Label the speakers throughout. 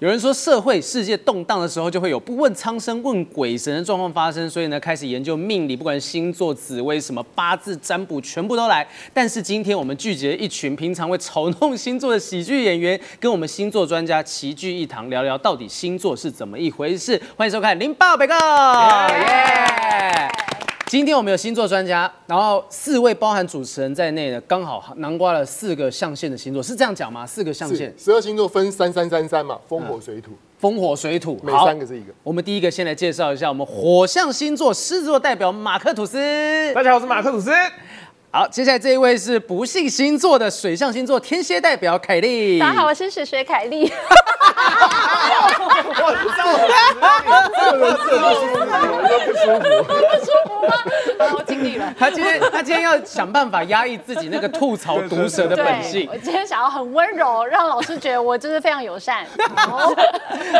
Speaker 1: 有人说，社会世界动荡的时候，就会有不问苍生问鬼神的状况发生，所以呢，开始研究命理，不管星座、紫微什么八字占卜，全部都来。但是今天我们聚集了一群平常会嘲弄星座的喜剧演员，跟我们星座专家齐聚一堂，聊聊到底星座是怎么一回事。欢迎收看《零爆北告》，耶！今天我们有星座专家，然后四位包含主持人在内的，刚好囊括了四个象限的星座，是这样讲吗？四个象限
Speaker 2: 是，十二星座分三三三三嘛，风火水土，
Speaker 1: 风火水土，
Speaker 2: 每
Speaker 1: 好
Speaker 2: 三个是一个。
Speaker 1: 我们第一个先来介绍一下我们火象星座狮子座代表马克吐斯。
Speaker 3: 大家好，我是马克吐斯。
Speaker 1: 好，接下来这一位是不幸星座的水象星座天蝎代表凯莉。
Speaker 4: 大家好，我是史学凯丽。好，我尽力了。
Speaker 1: 他今天他今天要想办法压抑自己那个吐槽毒舌的本
Speaker 4: 对
Speaker 1: 性，
Speaker 4: 我。今天想要很温柔，让老师觉得我就是非常友善。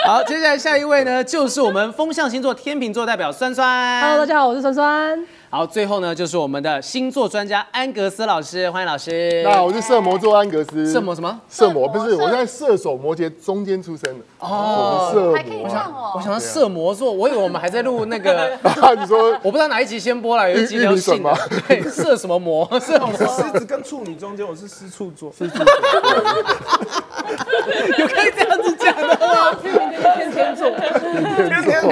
Speaker 1: 好，接下来下一位呢，就是我们风象星座天秤座代表酸酸。
Speaker 5: Hello，大家好，我是酸酸。
Speaker 1: 好，最后呢，就是我们的星座专家安格斯老师，欢迎老师。
Speaker 2: 那我是射魔座安格斯，
Speaker 1: 什么什么？
Speaker 2: 射魔不是，
Speaker 4: 射
Speaker 2: 我在射手摩羯中间出生的。
Speaker 1: 哦
Speaker 2: 哦，射
Speaker 4: 还可以
Speaker 2: 魔
Speaker 4: 这样哦
Speaker 1: 我想要射魔座，我以为我们还在录那个，
Speaker 2: 啊， 你说
Speaker 1: 我不知道哪一集先播了，有一集
Speaker 2: 玉
Speaker 1: 聊
Speaker 2: 玉米笋
Speaker 1: 性的
Speaker 2: 吗，
Speaker 1: 对，射什么魔，射魔。
Speaker 3: 狮子跟处女中间，我是狮处座。
Speaker 1: 有可以这样子讲的吗？
Speaker 5: 天天做，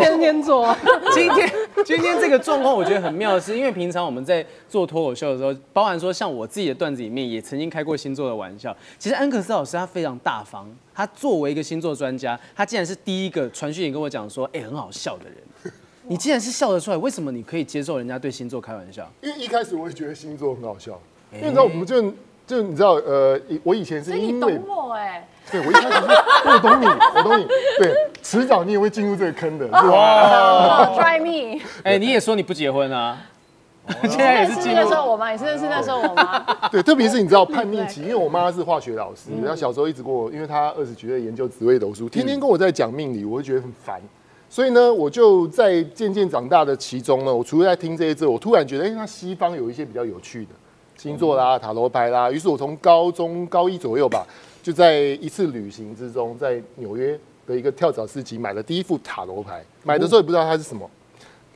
Speaker 5: 天天做，
Speaker 1: 今天今天这个状况，我觉得很妙的是，因为平常我们在做脱口秀的时候，包含说像我自己的段子里面，也曾经开过星座的玩笑。其实安格斯老师他非常大方，他作为一个星座专家，他竟然是第一个传讯也跟我讲说，哎、很好笑的人。你竟然是笑得出来，为什么你可以接受人家对星座开玩笑？
Speaker 2: 因为一开始我也觉得星座很好笑，因为你知道我们就就你知道呃，以我以前
Speaker 4: 所
Speaker 2: 是
Speaker 4: 以
Speaker 2: 因
Speaker 4: 你
Speaker 2: 为
Speaker 4: 懂我哎，
Speaker 2: 对我一开始是我懂你，我懂你，对，迟早你也会进入这个坑的。哇，
Speaker 4: 哦，try me。
Speaker 1: 哎、你也说你不结婚啊？ 现在也
Speaker 4: 认
Speaker 1: 是啊
Speaker 4: 识
Speaker 1: 进
Speaker 4: 那
Speaker 1: 入
Speaker 4: 时候我吗？你是认识那时候我吗？
Speaker 2: 对，特别是你知道叛逆期，因为我妈是化学老师，然后小时候一直跟我，因为她二十几岁研究紫微斗数，天天跟我在讲命理，我就觉得很烦。所以呢，我就在渐渐长大的其中呢，我除了在听这些之后，我突然觉得，哎、那西方有一些比较有趣的星座啦、塔罗牌啦。于是我从高中高一左右吧，就在一次旅行之中，在纽约的一个跳蚤市集买了第一副塔罗牌。买的时候也不知道它是什么，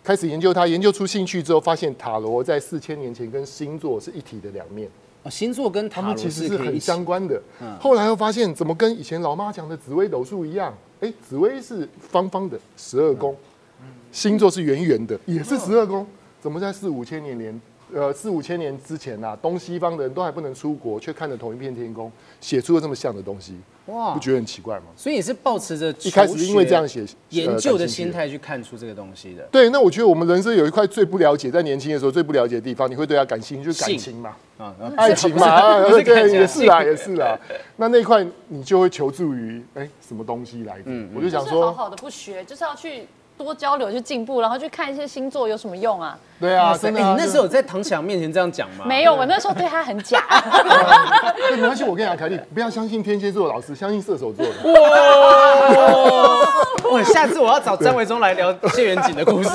Speaker 2: 开始研究它，研究出兴趣之后，发现塔罗在四千年前跟星座是一体的两面。
Speaker 1: 哦星座跟塔
Speaker 2: 他
Speaker 1: 罗
Speaker 2: 们其实
Speaker 1: 是
Speaker 2: 是
Speaker 1: 可以一嗯
Speaker 2: 很
Speaker 1: 起
Speaker 2: 相关的。后来又发现，怎么跟以前老妈讲的紫微斗数一样？哎，紫微是方方的十二宫，
Speaker 1: 嗯
Speaker 2: 星座是圆圆的，也是十二宫。怎么在四五千年连呃四五千年之前啊，东西方的人都还不能出国，却看着同一片天空，写出了这么像的东西，
Speaker 1: 哇
Speaker 2: 不！觉得很奇怪吗？
Speaker 1: 所以你是抱持着
Speaker 2: 一开始因为这样写啊
Speaker 1: 求学研究的
Speaker 2: 呃感兴趣
Speaker 1: 心态去看出这个东西的。
Speaker 2: 对，那我觉得我们人生有一块最不了解，在年轻的时候最不了解的地方，你会对他感兴趣，就是感
Speaker 1: 性
Speaker 2: 情嘛。
Speaker 1: 啊，然后
Speaker 2: 爱情嘛，啊
Speaker 1: 不是看
Speaker 2: 对，
Speaker 1: 起来
Speaker 2: 也是啦，也是啦。那那一块你就会求助于哎什么东西来着？
Speaker 1: 嗯
Speaker 2: 我就
Speaker 4: 就
Speaker 2: 想
Speaker 4: 是好
Speaker 2: 说，
Speaker 4: 好的不学，就是要去多交流、去进步，然后去看一些星座有什么用啊？
Speaker 2: 对啊，
Speaker 1: 哎
Speaker 2: 真
Speaker 1: 你
Speaker 2: 的啊。
Speaker 1: 那时候有在唐启阳面前这样讲吗？
Speaker 4: 没有，我那时候对他很假。
Speaker 2: 就啊对没关系，我跟你讲，凯莉，不要相信天蝎座的老师，相信射手座的。
Speaker 4: 啊
Speaker 1: 我哦下次我要找张维忠来聊谢元景的故事。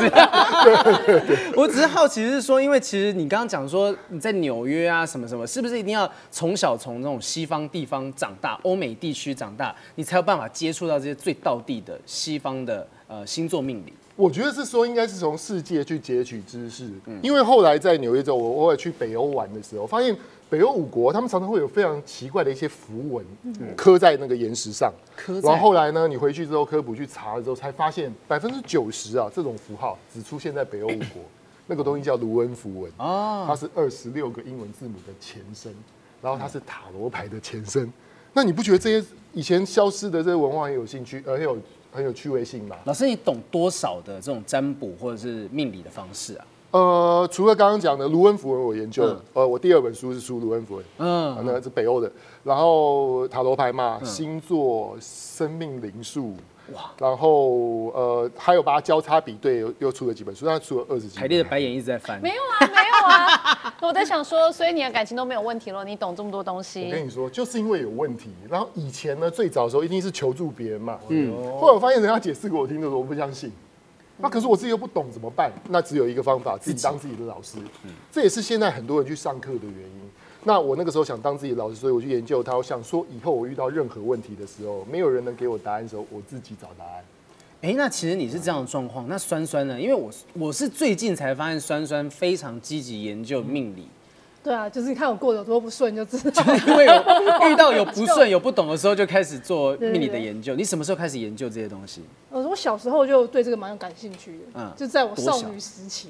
Speaker 1: 我只是好奇是说，因为其实你刚刚讲说你在纽约啊什么什么，是不是一定要从小从那种西方地方长大，欧美地区长大，你才有办法接触到这些最道地的西方的呃星座命理？
Speaker 2: 我觉得是说，应该是从世界去截取知识，
Speaker 1: 嗯
Speaker 2: 因为后来在纽约州，我偶尔去北欧玩的时候，发现北欧五国他们常常会有非常奇怪的一些符文刻在那个岩石上。
Speaker 1: 嗯刻在
Speaker 2: 然后后来呢，你回去之后科普去查了之后，才发现百分之九十啊这种符号只出现在北欧五 国，那个东西叫卢恩符文
Speaker 1: 哦
Speaker 2: 它是二十六个英文字母的前身，然后它是塔罗牌的前身。那你不觉得这些以前消失的这些文化很有兴趣，呃，很有很有趣味性吗？
Speaker 1: 老师，你懂多少的这种占卜或者是命理的方式啊？
Speaker 2: 呃，除了刚刚讲的卢恩符文，我研究了。呃，我第二本书是书卢恩符文，
Speaker 1: 嗯
Speaker 2: 嗯，那是北欧的。然后塔罗牌嘛，星座、生命灵数，哇。然后呃，还有把它交叉比对，又又出了几本书，但出了二十几本。
Speaker 1: 凯莉的白眼一直在翻。
Speaker 4: 没有啊，没有啊。 我在想说，所以你的感情都没有问题了，你懂这么多东
Speaker 2: 我跟
Speaker 4: 西。
Speaker 2: 你说，就是因为有问题。然后以前呢，最早的时候一定是求助别人嘛，嗯。后来我发现人家解释给我听的时候，我不相信。那可是我自己又不懂怎么办？那只有一个方法，自己当自己的老师。这也是现在很多人去上课的原因。那我那个时候想当自己的老师，所以我去研究它。我想说，以后我遇到任何问题的时候，没有人能给我答案的时候，我自己找答案。
Speaker 1: 哎，那其实你是这样的状况，那酸酸呢？因为我我是最近才发现酸酸非常积极研究命 理，
Speaker 5: 对啊，就是你看我过得有多不顺就知 道。
Speaker 1: 因为有遇到有不顺、有不懂的时候，就开始做命理的研究。你什么时候开始研究这些东西？
Speaker 5: 我我小时候就对这个蛮有感兴趣的，
Speaker 1: 嗯
Speaker 5: 就在我
Speaker 1: 多小
Speaker 5: 少女时期，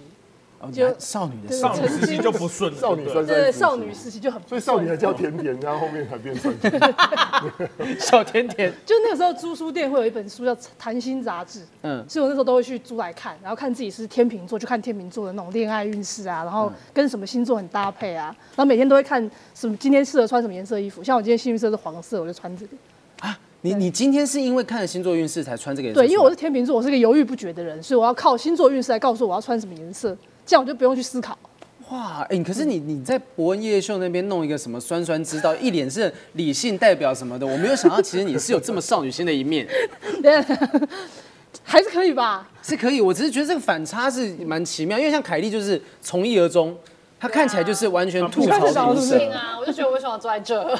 Speaker 1: 哦，
Speaker 5: 就
Speaker 1: 就少女的
Speaker 5: 对
Speaker 1: 少
Speaker 3: 少
Speaker 1: 女
Speaker 3: 女时期就不顺了，
Speaker 2: 少女
Speaker 3: 对不
Speaker 2: 酸酸
Speaker 3: 对
Speaker 5: 对
Speaker 2: 苦
Speaker 5: 少女时期就很不
Speaker 2: 所
Speaker 5: 顺，
Speaker 2: 以少女还叫甜甜，然后后面才变酸 酸。
Speaker 1: 小甜甜，
Speaker 5: 就那个时候租书店会有一本书叫《谈心杂志》，
Speaker 1: 嗯，
Speaker 5: 所以我那时候都会去租来看，然后看自己是天秤座，就看天秤座的那种恋爱运势啊，然后跟什么星座很搭配啊，然后每天都会看什么今天适合穿什么颜色衣服，像我今天幸运色是黄色，我就穿这个。
Speaker 1: 你你今天是因为看了星座运势才穿这个颜色出
Speaker 5: 对，
Speaker 1: 来？
Speaker 5: 因为我是天秤座，我是个犹豫不决的人，所以我要靠星座运势来告诉我要穿什么颜色，这样我就不用去思考。
Speaker 1: 哇，哎、可是你你在伯恩夜秀那边弄一个什么酸酸之道，一脸是理性代表什么的，我没有想到其实你是有这么少女心的一面，
Speaker 5: 对， 还是可以吧？
Speaker 1: 是可以。我只是觉得这个反差是蛮奇妙，因为像凯莉就是从一而终，她看起来就是完全吐
Speaker 5: 看得
Speaker 1: 槽
Speaker 5: 到
Speaker 1: 毒
Speaker 5: 是不
Speaker 1: 舌
Speaker 5: 是。
Speaker 4: 行啊，我就觉得我为什么要坐在这？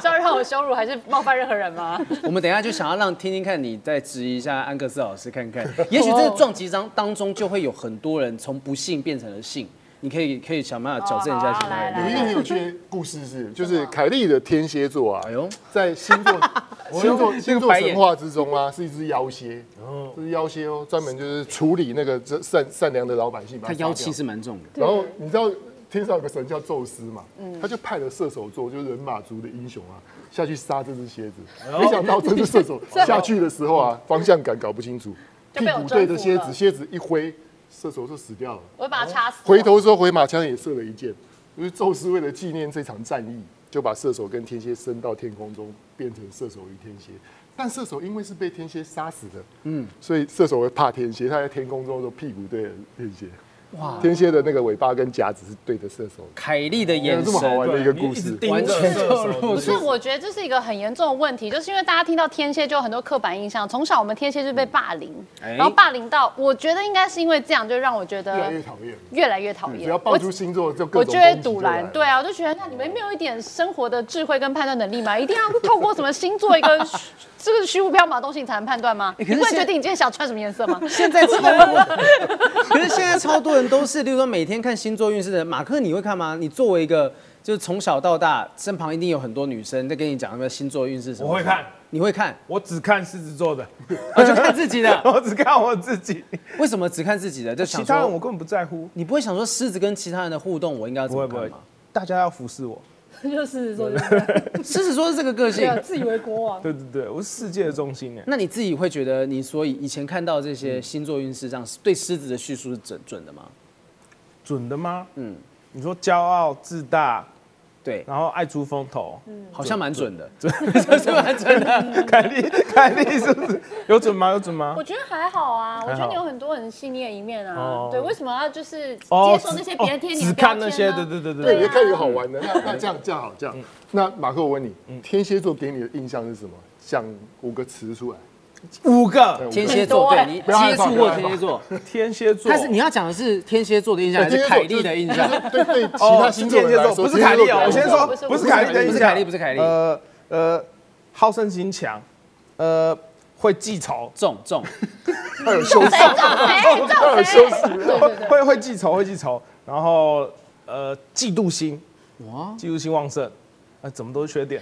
Speaker 4: 是要让我羞辱还是冒犯任何人吗？
Speaker 1: 我们等一下就想要让听听看，你再质疑一下安格斯老师看看，也许这个撞击当当中就会有很多人从不幸变成了幸，你可以可以想办法矫正一下心态。
Speaker 4: 哦好啊
Speaker 2: 有一个很有趣的故事是，就是凯莉的天蝎座啊，
Speaker 1: 哎呦
Speaker 2: 在星 座星座星座
Speaker 1: 白眼
Speaker 2: 神话之中啊，是一只妖蝎，这只妖蝎哦，专门就是处理那个这善善良的老百姓，把
Speaker 1: 他
Speaker 2: 杀掉
Speaker 1: 妖气是蛮重的。
Speaker 2: 然后你知道天上有个神叫宙斯嘛，
Speaker 4: 嗯
Speaker 2: 他就派了射手座，就是人马族的英雄啊，下去杀这只蝎子。没想到这只射 手下去的时候啊，方向感搞不清楚，
Speaker 4: 就
Speaker 2: 屁
Speaker 4: 被我
Speaker 2: 股对着
Speaker 4: 征服
Speaker 2: 蝎
Speaker 4: 了
Speaker 2: 子，蝎子一挥，射手就死掉了。
Speaker 4: 我会把他插死。
Speaker 2: 回头之后回马枪也射了一箭，就是宙斯为了纪念这场战役，就把射手跟天蝎升到天空中，变成射手与天蝎。但射手因为是被天蝎杀死的，嗯，所以射手会怕天蝎，他在天空中的屁股对着天蝎，哇，天蝎的那个尾巴跟夹子是对着射手的。
Speaker 1: 凯莉的眼
Speaker 2: 有这么好
Speaker 1: 神
Speaker 2: 玩的一个故
Speaker 3: 你一直
Speaker 2: 事，
Speaker 3: 盯
Speaker 1: 完
Speaker 3: 着
Speaker 1: 全
Speaker 3: 射
Speaker 1: 透
Speaker 3: 手
Speaker 1: 露
Speaker 4: 不是，我觉得这是一个很严重的问题，就是因为大家听到天蝎就有很多刻板印象，从小我们天蝎就被霸凌，
Speaker 1: 哎
Speaker 4: 然后霸凌到，我觉得应该是因为这样，就让我
Speaker 2: 越
Speaker 4: 觉
Speaker 2: 来
Speaker 4: 得
Speaker 2: 越讨厌了。
Speaker 4: 越来越讨厌。
Speaker 2: 只要爆出星座就
Speaker 4: 我
Speaker 2: 各
Speaker 4: 就
Speaker 2: 种
Speaker 4: 会
Speaker 2: 攻击
Speaker 4: 堵
Speaker 2: 就来
Speaker 4: 拦
Speaker 2: 了，
Speaker 4: 对啊，我就觉得那你们没有一点生活的智慧跟判断能力吗？一定要透过什么星座一个 虚这个虚无缥缈的东西你才能判断吗？
Speaker 1: 欸
Speaker 3: 哎
Speaker 4: 你
Speaker 1: 可是
Speaker 4: 不会
Speaker 1: 现
Speaker 4: 决定你今天想穿什么颜 色吗？
Speaker 1: 现在超多，可是现在超多人都是，例如说每天看星座运势的人。马克，你会看吗？你作为一个就是从小到大，身旁一定有很多女生在跟你讲什么星座运势什么。
Speaker 3: 我会，看，
Speaker 1: 你会看，
Speaker 3: 我只看狮子座的，
Speaker 1: 我就看自己 的。
Speaker 3: 我只看我自己，
Speaker 1: 为什么只看自己的？就想
Speaker 3: 其
Speaker 1: 说
Speaker 3: 他人我根本不在乎。
Speaker 1: 你不会想说狮子跟其他人的互动，我应该要怎
Speaker 3: 不
Speaker 1: 么
Speaker 3: 会不
Speaker 1: 看
Speaker 3: 会
Speaker 1: 吗？，
Speaker 3: 大家要服侍我。
Speaker 5: 就是说，就是
Speaker 1: 狮子座是这个个
Speaker 5: 这
Speaker 1: 性
Speaker 5: 样，自以为国 王。
Speaker 3: 对对对，我是世界的中心哎。
Speaker 1: 那你自己会觉得，你所以以前看到这些星座运势上，对狮子的叙述是准准的吗？
Speaker 3: 准的吗？嗯，你说骄傲自大，
Speaker 1: 对，
Speaker 3: 然后爱出风头，
Speaker 1: 好像蛮准的， 是蛮准的。
Speaker 3: 凯莉，凯莉是不是有准吗？有准吗
Speaker 4: 我？觉得还好啊，我觉
Speaker 3: 还
Speaker 4: 得
Speaker 3: 好
Speaker 4: 你有很多很细腻的一面啊
Speaker 3: 哦。
Speaker 4: 对，为什么要就是
Speaker 3: 哦
Speaker 4: 接受那些别人贴你
Speaker 3: 只只
Speaker 4: 的标
Speaker 3: 看
Speaker 4: 签啊
Speaker 3: 那
Speaker 4: 呢？
Speaker 3: 些，对对对对
Speaker 2: 对，你
Speaker 3: 对
Speaker 2: 就看一个好玩的。那那这样这样好，这样。那马克，我问你，天蝎座给你的印象是什么？想五个词出来。
Speaker 3: 五个
Speaker 1: 天蝎座，对
Speaker 4: 很多欸
Speaker 1: 你
Speaker 2: 不要害
Speaker 1: 接
Speaker 2: 怕
Speaker 1: 触
Speaker 2: 不要
Speaker 1: 过
Speaker 2: 害怕
Speaker 1: 天蝎座，
Speaker 3: 天蝎座，
Speaker 1: 但是你要讲的是天蝎座的印象，还
Speaker 2: 对
Speaker 1: 是
Speaker 2: 呃天蝎座
Speaker 1: 凯莉的印象？
Speaker 2: 就是对对，其他星座
Speaker 3: 天
Speaker 2: 人
Speaker 3: 蝎
Speaker 2: 来
Speaker 3: 座
Speaker 2: 说
Speaker 3: 不是凯莉哦，我
Speaker 2: 天蝎
Speaker 3: 先
Speaker 2: 座
Speaker 3: 说
Speaker 4: 不是
Speaker 3: 不是凯莉的
Speaker 1: 不
Speaker 3: 印
Speaker 1: 是
Speaker 3: 象
Speaker 1: 凯莉，不是凯莉，
Speaker 3: 呃呃，好胜心强，呃，会记仇，
Speaker 1: 重重，
Speaker 2: 他有羞
Speaker 4: 谁找谁
Speaker 2: 他有
Speaker 4: 找
Speaker 2: 羞
Speaker 4: 谁？
Speaker 2: 耻。
Speaker 5: 对对对，
Speaker 3: 会会记仇，会记仇，然后呃，嫉妒心，
Speaker 1: 哇，哦
Speaker 3: 嫉妒心旺盛，啊，怎么都是缺点，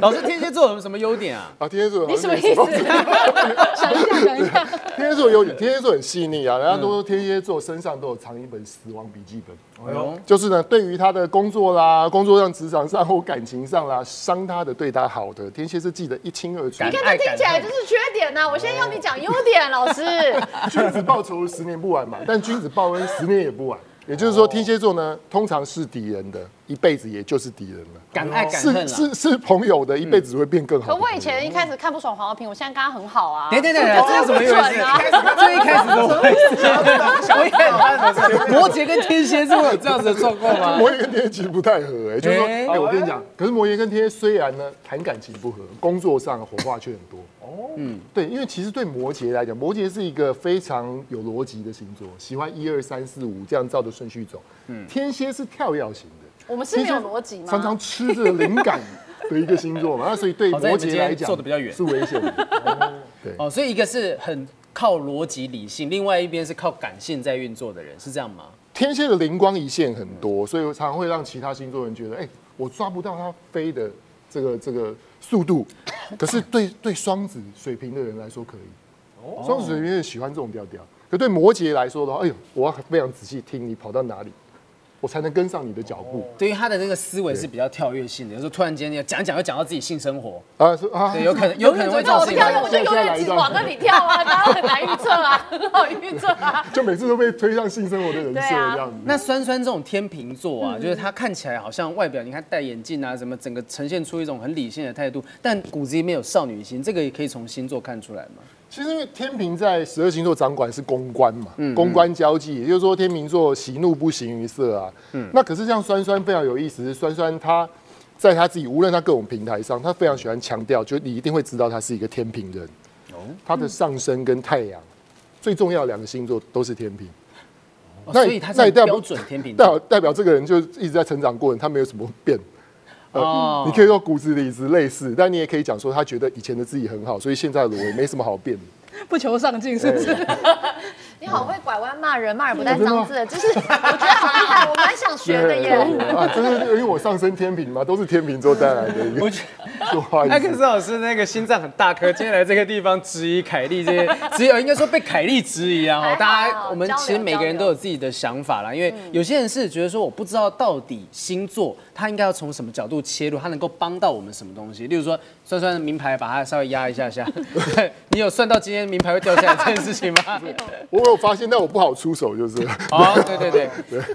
Speaker 1: 老师，天蝎座有什么优点啊？
Speaker 2: 啊，天蝎座，
Speaker 4: 你什么 意思？
Speaker 5: 想一下，想一下，
Speaker 2: 天蝎座有点，天蝎座很细腻啊。人家都说天蝎座身上都有藏一本死亡笔记本，
Speaker 1: 哎呦，
Speaker 2: 就是呢，对于他的工作啦、工作上、职场上或感情上啦，伤他的、对他好的，天蝎是记得一清二楚。
Speaker 1: 感
Speaker 4: 你看这听起来就是缺点呐、我现在要你讲优点，老 师。
Speaker 2: 君子报仇 十年不晚嘛，但君子报恩十年也不晚。也就是说，天蝎座呢，通常是敌人的，一辈子也就是敌人了。
Speaker 1: 敢爱敢恨
Speaker 2: 哦
Speaker 1: 啊
Speaker 2: 是
Speaker 1: 了。嗯
Speaker 2: 是是朋友的，一辈子只会变更好
Speaker 4: 可
Speaker 2: 的朋友。
Speaker 4: 我以前一开始看不爽黄浩平，我现在跟他很好啊。
Speaker 3: 哎
Speaker 1: 等等等等，
Speaker 4: 我
Speaker 1: 这是怎么一回
Speaker 4: 不
Speaker 1: 事？
Speaker 4: 准啊
Speaker 1: 这一开始怎么回事？我一开始发生什么事摩羯跟天蝎是会有这样子的状况吗？
Speaker 2: 摩羯跟天蝎其实不太合、哎，就是说，
Speaker 1: 哎
Speaker 2: 哎、我跟你讲，可是摩羯跟天蝎虽然呢谈感情不合，工作上火花却很多。哦，嗯，对，因为其实对摩羯来讲，摩羯是一个非常有逻辑的星座，喜欢一二三四五这样照着顺序走。嗯，天蝎是跳跃型的，
Speaker 4: 我们是没有逻
Speaker 3: 哎
Speaker 4: 辑吗？
Speaker 2: 常常吃着灵感的一个星座嘛，那所以对
Speaker 1: 好
Speaker 2: 摩
Speaker 1: 在你们今
Speaker 2: 羯
Speaker 1: 天
Speaker 2: 来讲
Speaker 1: 坐得比较远
Speaker 2: 是危险的。
Speaker 1: 哦，所以一个是很靠逻辑理性，另外一边是靠感性在运作的人，是这样吗？
Speaker 2: 天蝎的灵光一现很多，所以我常常会让其他星座人觉得，哎、我抓不到它飞的这个这个速度。可是对对双子水瓶的人来说可以，双子水瓶的人喜欢这种调调。可对摩羯来说的话，哎呦，我要非常仔细听你跑到哪里，我才能跟上你的脚步。
Speaker 1: 对于他的那个思维是比较跳跃性的，有时候突然间讲一讲又讲到自己性生活，
Speaker 2: 啊，是啊
Speaker 1: 对，，有可能有可能会
Speaker 4: 那
Speaker 1: 造
Speaker 4: 我
Speaker 1: 成
Speaker 4: 跳，我就永远只往那里跳啊，当然很难预测啊，很好预测啊。
Speaker 2: 就每次都被推上性生活的人设
Speaker 1: 啊
Speaker 2: 这样子。
Speaker 1: 那酸酸这种天秤座
Speaker 2: 嗯
Speaker 1: 啊，就是他看起来好像外表，你看戴眼镜啊，什么整个呈现出一种很理性的态度，但骨子里面有少女心，这个也可以从星座看出来嘛。
Speaker 2: 其实因为天平在十二星座掌管是公关嘛，公关交际，也就是说天秤座喜怒不形于色啊。那可是像酸酸非常有意思，是酸酸他在他自己无论他各种平台上，他非常喜欢强调，就你一定会知道他是一个天平人。他的上升跟太阳最重要的两个星座都是天平，
Speaker 1: 哦
Speaker 2: 那
Speaker 1: 所以他
Speaker 2: 那
Speaker 1: 是
Speaker 2: 一定要
Speaker 1: 标准天秤
Speaker 2: 代
Speaker 1: 座
Speaker 2: 表代表这个人就一直在成长过程，他没有什么变。呃
Speaker 1: 哦
Speaker 2: 你可以说骨子里是类似，但你也可以讲说他觉得以前的自己很好，所以现在的我没什么好变的。
Speaker 5: 不求上进是不是？
Speaker 4: 你好会拐弯骂人，骂人不带脏字的，就是我觉得好厉害，我蛮想学的耶。
Speaker 2: 啊，真的，因为我上升天平嘛，都是天平座带来的一个
Speaker 1: 我觉得哎
Speaker 2: 说话
Speaker 1: 艾
Speaker 2: 意
Speaker 1: 克斯
Speaker 2: 思。
Speaker 1: 老师那个心脏很大颗，今天来这个地方质疑凯莉这 些，只有应该说被凯莉质疑啊！哈，
Speaker 4: 还好
Speaker 1: 大家我们
Speaker 4: 交流嗯
Speaker 1: 其实每个人都有自己的想法啦，因为有些人是觉得说我不知道到底星座它应该要从什么角度切入，它能够帮到我们什么东西。例如说，算算名牌，把它稍微压一下 下。对你有算到今天名牌会掉下来这件事情 吗？
Speaker 2: 我有发现，但我不好出手，就是
Speaker 1: 哦，对对对，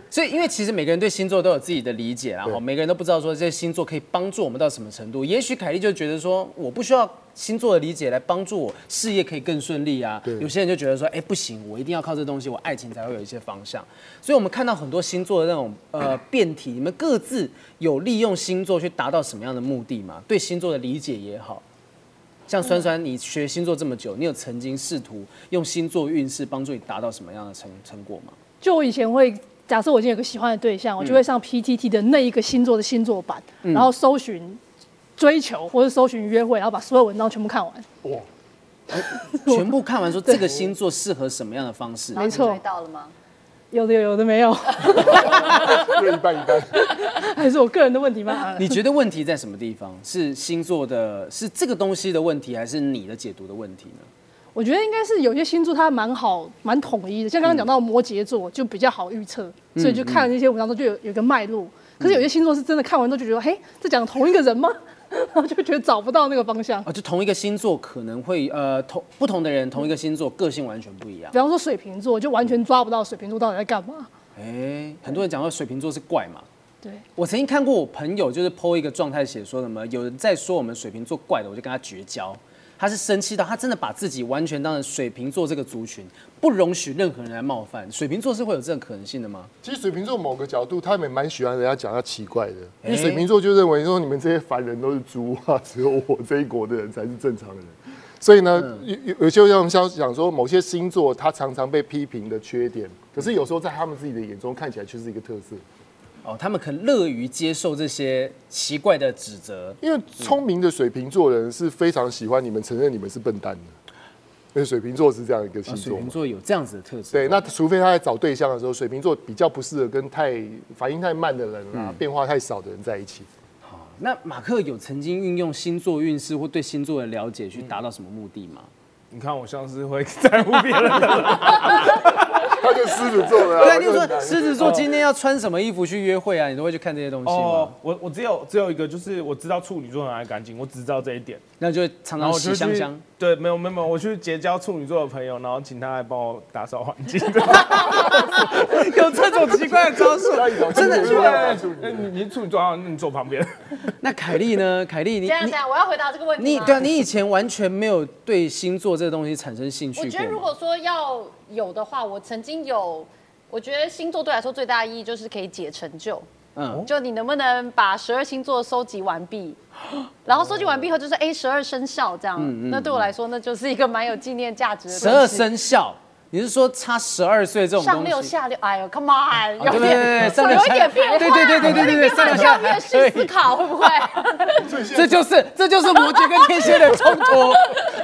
Speaker 1: 所以因为其实每个人对星座都有自己的理解啦，然后每个人都不知道说这些星座可以帮助我们到什么程度。也许凯莉就觉得说，我不需要星座的理解来帮助我事业可以更顺利啊。有些人就觉得说，哎，不行，我一定要靠这东西，我爱情才会有一些方向。所以我们看到很多星座的那种呃变体，你们各自有利用星座去达到什么样的目的吗？对星座的理解也好。像酸酸，你学星座这么久，你有曾经试图用星座运势帮助你达到什么样的成成果吗？
Speaker 5: 就我以前会，假设我已经有个喜欢的对象，我就会上 PTT 的那一个星座的星座版，然后搜寻追求或者搜寻约会，然后把所有文章全部看完。
Speaker 1: 全部看完说这个星座适合什么样的方式。
Speaker 5: 没错
Speaker 4: 追到了吗？
Speaker 5: 有的有，有的没有，
Speaker 2: 就一半一半。
Speaker 5: 还是我个人的问题吗？啊
Speaker 1: 你觉得问题在什么地方？是星座的，是这个东西的问题，还是你的解读的问题呢？
Speaker 5: 我觉得应该是有些星座它蛮好、蛮统一的，像刚刚讲到摩羯座就比较好预测，所以就看那些文章中就有有一个脉络。可是有些星座是真的看完之后就觉得，嘿，这讲同一个人吗？ 然后就觉得找不到那个方向。
Speaker 1: 哦，就同一个星座可能会呃同不同的人，同一个星座个性完全不一样
Speaker 5: 比。方说水瓶座，就完全抓不到水瓶座到底在干嘛。
Speaker 1: 哎，很多人讲说水瓶座是怪嘛。
Speaker 5: 对，
Speaker 1: 我曾经看过我朋友就是 PO 一个状态写说什么，有人在说我们水瓶座怪的，我就跟他绝交。他是生气到他真的把自己完全当成水瓶座这个族群，不容许任何人来冒犯。水瓶座是会有这种可能性的吗？
Speaker 2: 其实水瓶座某个角度，他们也蛮喜欢人家讲他奇怪的，
Speaker 1: 哎
Speaker 2: 因为水瓶座就认为说你们这些凡人都是猪啊， 只有我这一国的人才是正常人。所以
Speaker 1: 嗯
Speaker 2: 呢，有有有些像像讲说某些星座，他常常被批评的缺点，可是有时候在他们自己的眼中看起来却是一个特色。
Speaker 1: 哦，他们可能乐于接受这些奇怪的指责。
Speaker 2: 因为聪明的水瓶座人是非常喜欢你们承认你们是笨蛋的，因为水瓶座是这样一个星
Speaker 1: 啊水
Speaker 2: 座嘛
Speaker 1: 瓶。座有这样子的特质。
Speaker 2: 对，那除非他在找对象的时候，水瓶座比较不适合跟太反应太慢的人
Speaker 1: 嗯
Speaker 2: 啦、变化太少的人在一起。
Speaker 1: 那马克有曾经运用星座运势或对星座的了解去达到什么目的吗？
Speaker 3: 你看我像是会在乎别人的人，
Speaker 2: 他那个狮子座的哦啊，
Speaker 1: 对啊，例
Speaker 2: 就
Speaker 1: 如说
Speaker 2: 很难
Speaker 1: 狮子座今天要穿什么衣服去约会啊，你都会去看这些东西
Speaker 3: 哦
Speaker 1: 吗？，
Speaker 3: 我我只有只有一个，就是我知道处女座很爱干净，我只知道这一点。
Speaker 1: 那你就会常
Speaker 3: 然
Speaker 1: 常
Speaker 3: 后我
Speaker 1: 洗
Speaker 3: 就
Speaker 1: 香
Speaker 3: 去
Speaker 1: 香。
Speaker 3: 对，没有没有没有，我去结交处女座的朋友，然后请他来帮我打扫环 境。
Speaker 1: 有这种奇怪的招数
Speaker 2: 哦 那一种，
Speaker 1: 真的
Speaker 2: 是
Speaker 1: 是。
Speaker 2: 吧
Speaker 3: 对，哎你你处女座，好那你坐旁边。
Speaker 1: 那凯莉呢？凯莉，你
Speaker 4: 这样
Speaker 1: 你
Speaker 4: 这样，我要回答这个问题
Speaker 1: 你
Speaker 4: 吗
Speaker 1: 对啊，你以前完全没有对星座这个东西产生兴趣
Speaker 4: 我
Speaker 1: 过吗。
Speaker 4: 觉得如果说要有的话，我曾经有，我觉得星座对我来说最大的意义就是可以解成就。
Speaker 1: 嗯，
Speaker 4: 就你能不能把十二星座收集完毕，然后收集完毕后就是 A 十二生肖这样，那对我来说那就是一个蛮有纪念价值的
Speaker 1: 十
Speaker 4: 东西。
Speaker 1: 二生肖，你是说差十二岁这种
Speaker 4: 上
Speaker 1: 东
Speaker 4: 六
Speaker 1: 西？
Speaker 4: 下六，哎呦，come on，
Speaker 1: 对
Speaker 4: 有
Speaker 1: 对对，
Speaker 4: 点
Speaker 1: 上
Speaker 4: 有
Speaker 1: 六
Speaker 4: 一
Speaker 1: 下
Speaker 4: 点变化，
Speaker 1: 对对对对对对对，上
Speaker 4: 那
Speaker 1: 六
Speaker 4: 就
Speaker 1: 下
Speaker 4: 要
Speaker 1: 还
Speaker 4: 越细思
Speaker 1: 对，
Speaker 4: 考会不会？
Speaker 1: 这就是这就是摩羯跟天蝎的冲突。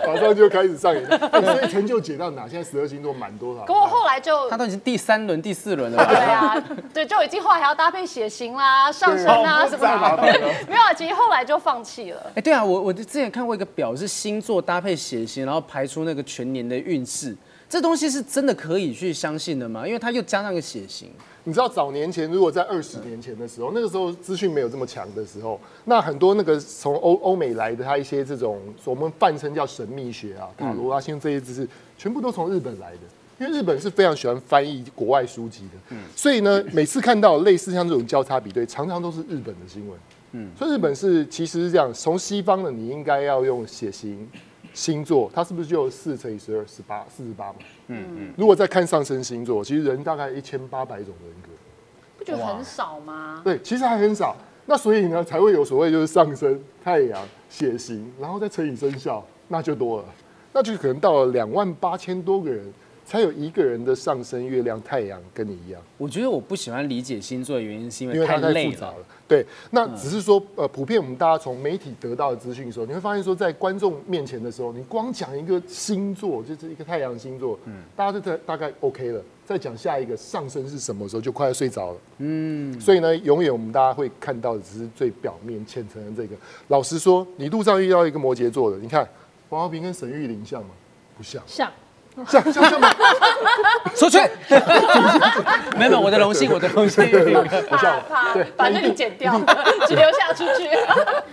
Speaker 2: 马上就开始上演。哎所以成就解到哪？现在十二星座满多少？
Speaker 4: 可我后来 就
Speaker 1: 他。都已经第三轮、第四轮了
Speaker 4: 对
Speaker 1: 吧？
Speaker 4: 啊，对，就已经后来还要搭配血型啦、上升
Speaker 3: 好
Speaker 4: 啊
Speaker 3: 复
Speaker 4: 什么
Speaker 3: 杂麻烦
Speaker 4: 的，没有，啊，其实后来就放弃了。
Speaker 1: 哎，对啊，我我之前看过一个表，是星座搭配血型，然后排出那个全年的运势。这东西是真的可以去相信的吗？因为它又加上个血型，
Speaker 2: 你知道早年前，如果在二十年前的时候，那个时候资讯没有这么强的时候，那很多那个从欧欧美来的，他一些这种我们泛称叫神秘学啊、塔罗啊、像这些知识，全部都从日本来的。因为日本是非常喜欢翻译国外书籍的，所以呢，每次看到类似像这种交叉比对，常常都是日本的新闻。嗯，所以日本是其实是这样，从西方的你应该要用血型、星座，它是不是就四乘以十二，十八，四十八嘛？嗯嗯。如果再看上升星座，其实人大概一千八百种人格，
Speaker 4: 不觉得很少吗？
Speaker 2: 对，其实还很少。那所以呢，才会有所谓就是上升、太阳、血型，然后再乘以生肖，那就多了，那就可能到了两万八千多个人，才有一个人的上升、月亮、太阳跟你一样。
Speaker 1: 我觉得我不喜欢理解星座的原因是因
Speaker 2: 因
Speaker 1: 为
Speaker 2: 为
Speaker 1: 太
Speaker 2: 它太
Speaker 1: 累
Speaker 2: 复杂了。对，那只是说，呃，普遍我们大家从媒体得到的资讯的时候，你会发现说，在观众面前的时候，你光讲一个星座，就是一个太阳星座，大家就大大概 OK 了。再讲下一个上升是什么时候，就快要睡着了。嗯，所以呢，永远我们大家会看到的只是最表面、浅层的这个。老实说，你路上遇到一个摩羯座的，你看黄浩平跟沈玉玲像吗？不像，
Speaker 5: 像
Speaker 2: 像像像吗？
Speaker 1: 出去。 没有没有，我的荣幸，我的 荣幸。
Speaker 4: 怕怕，把那里剪掉，只留下出去。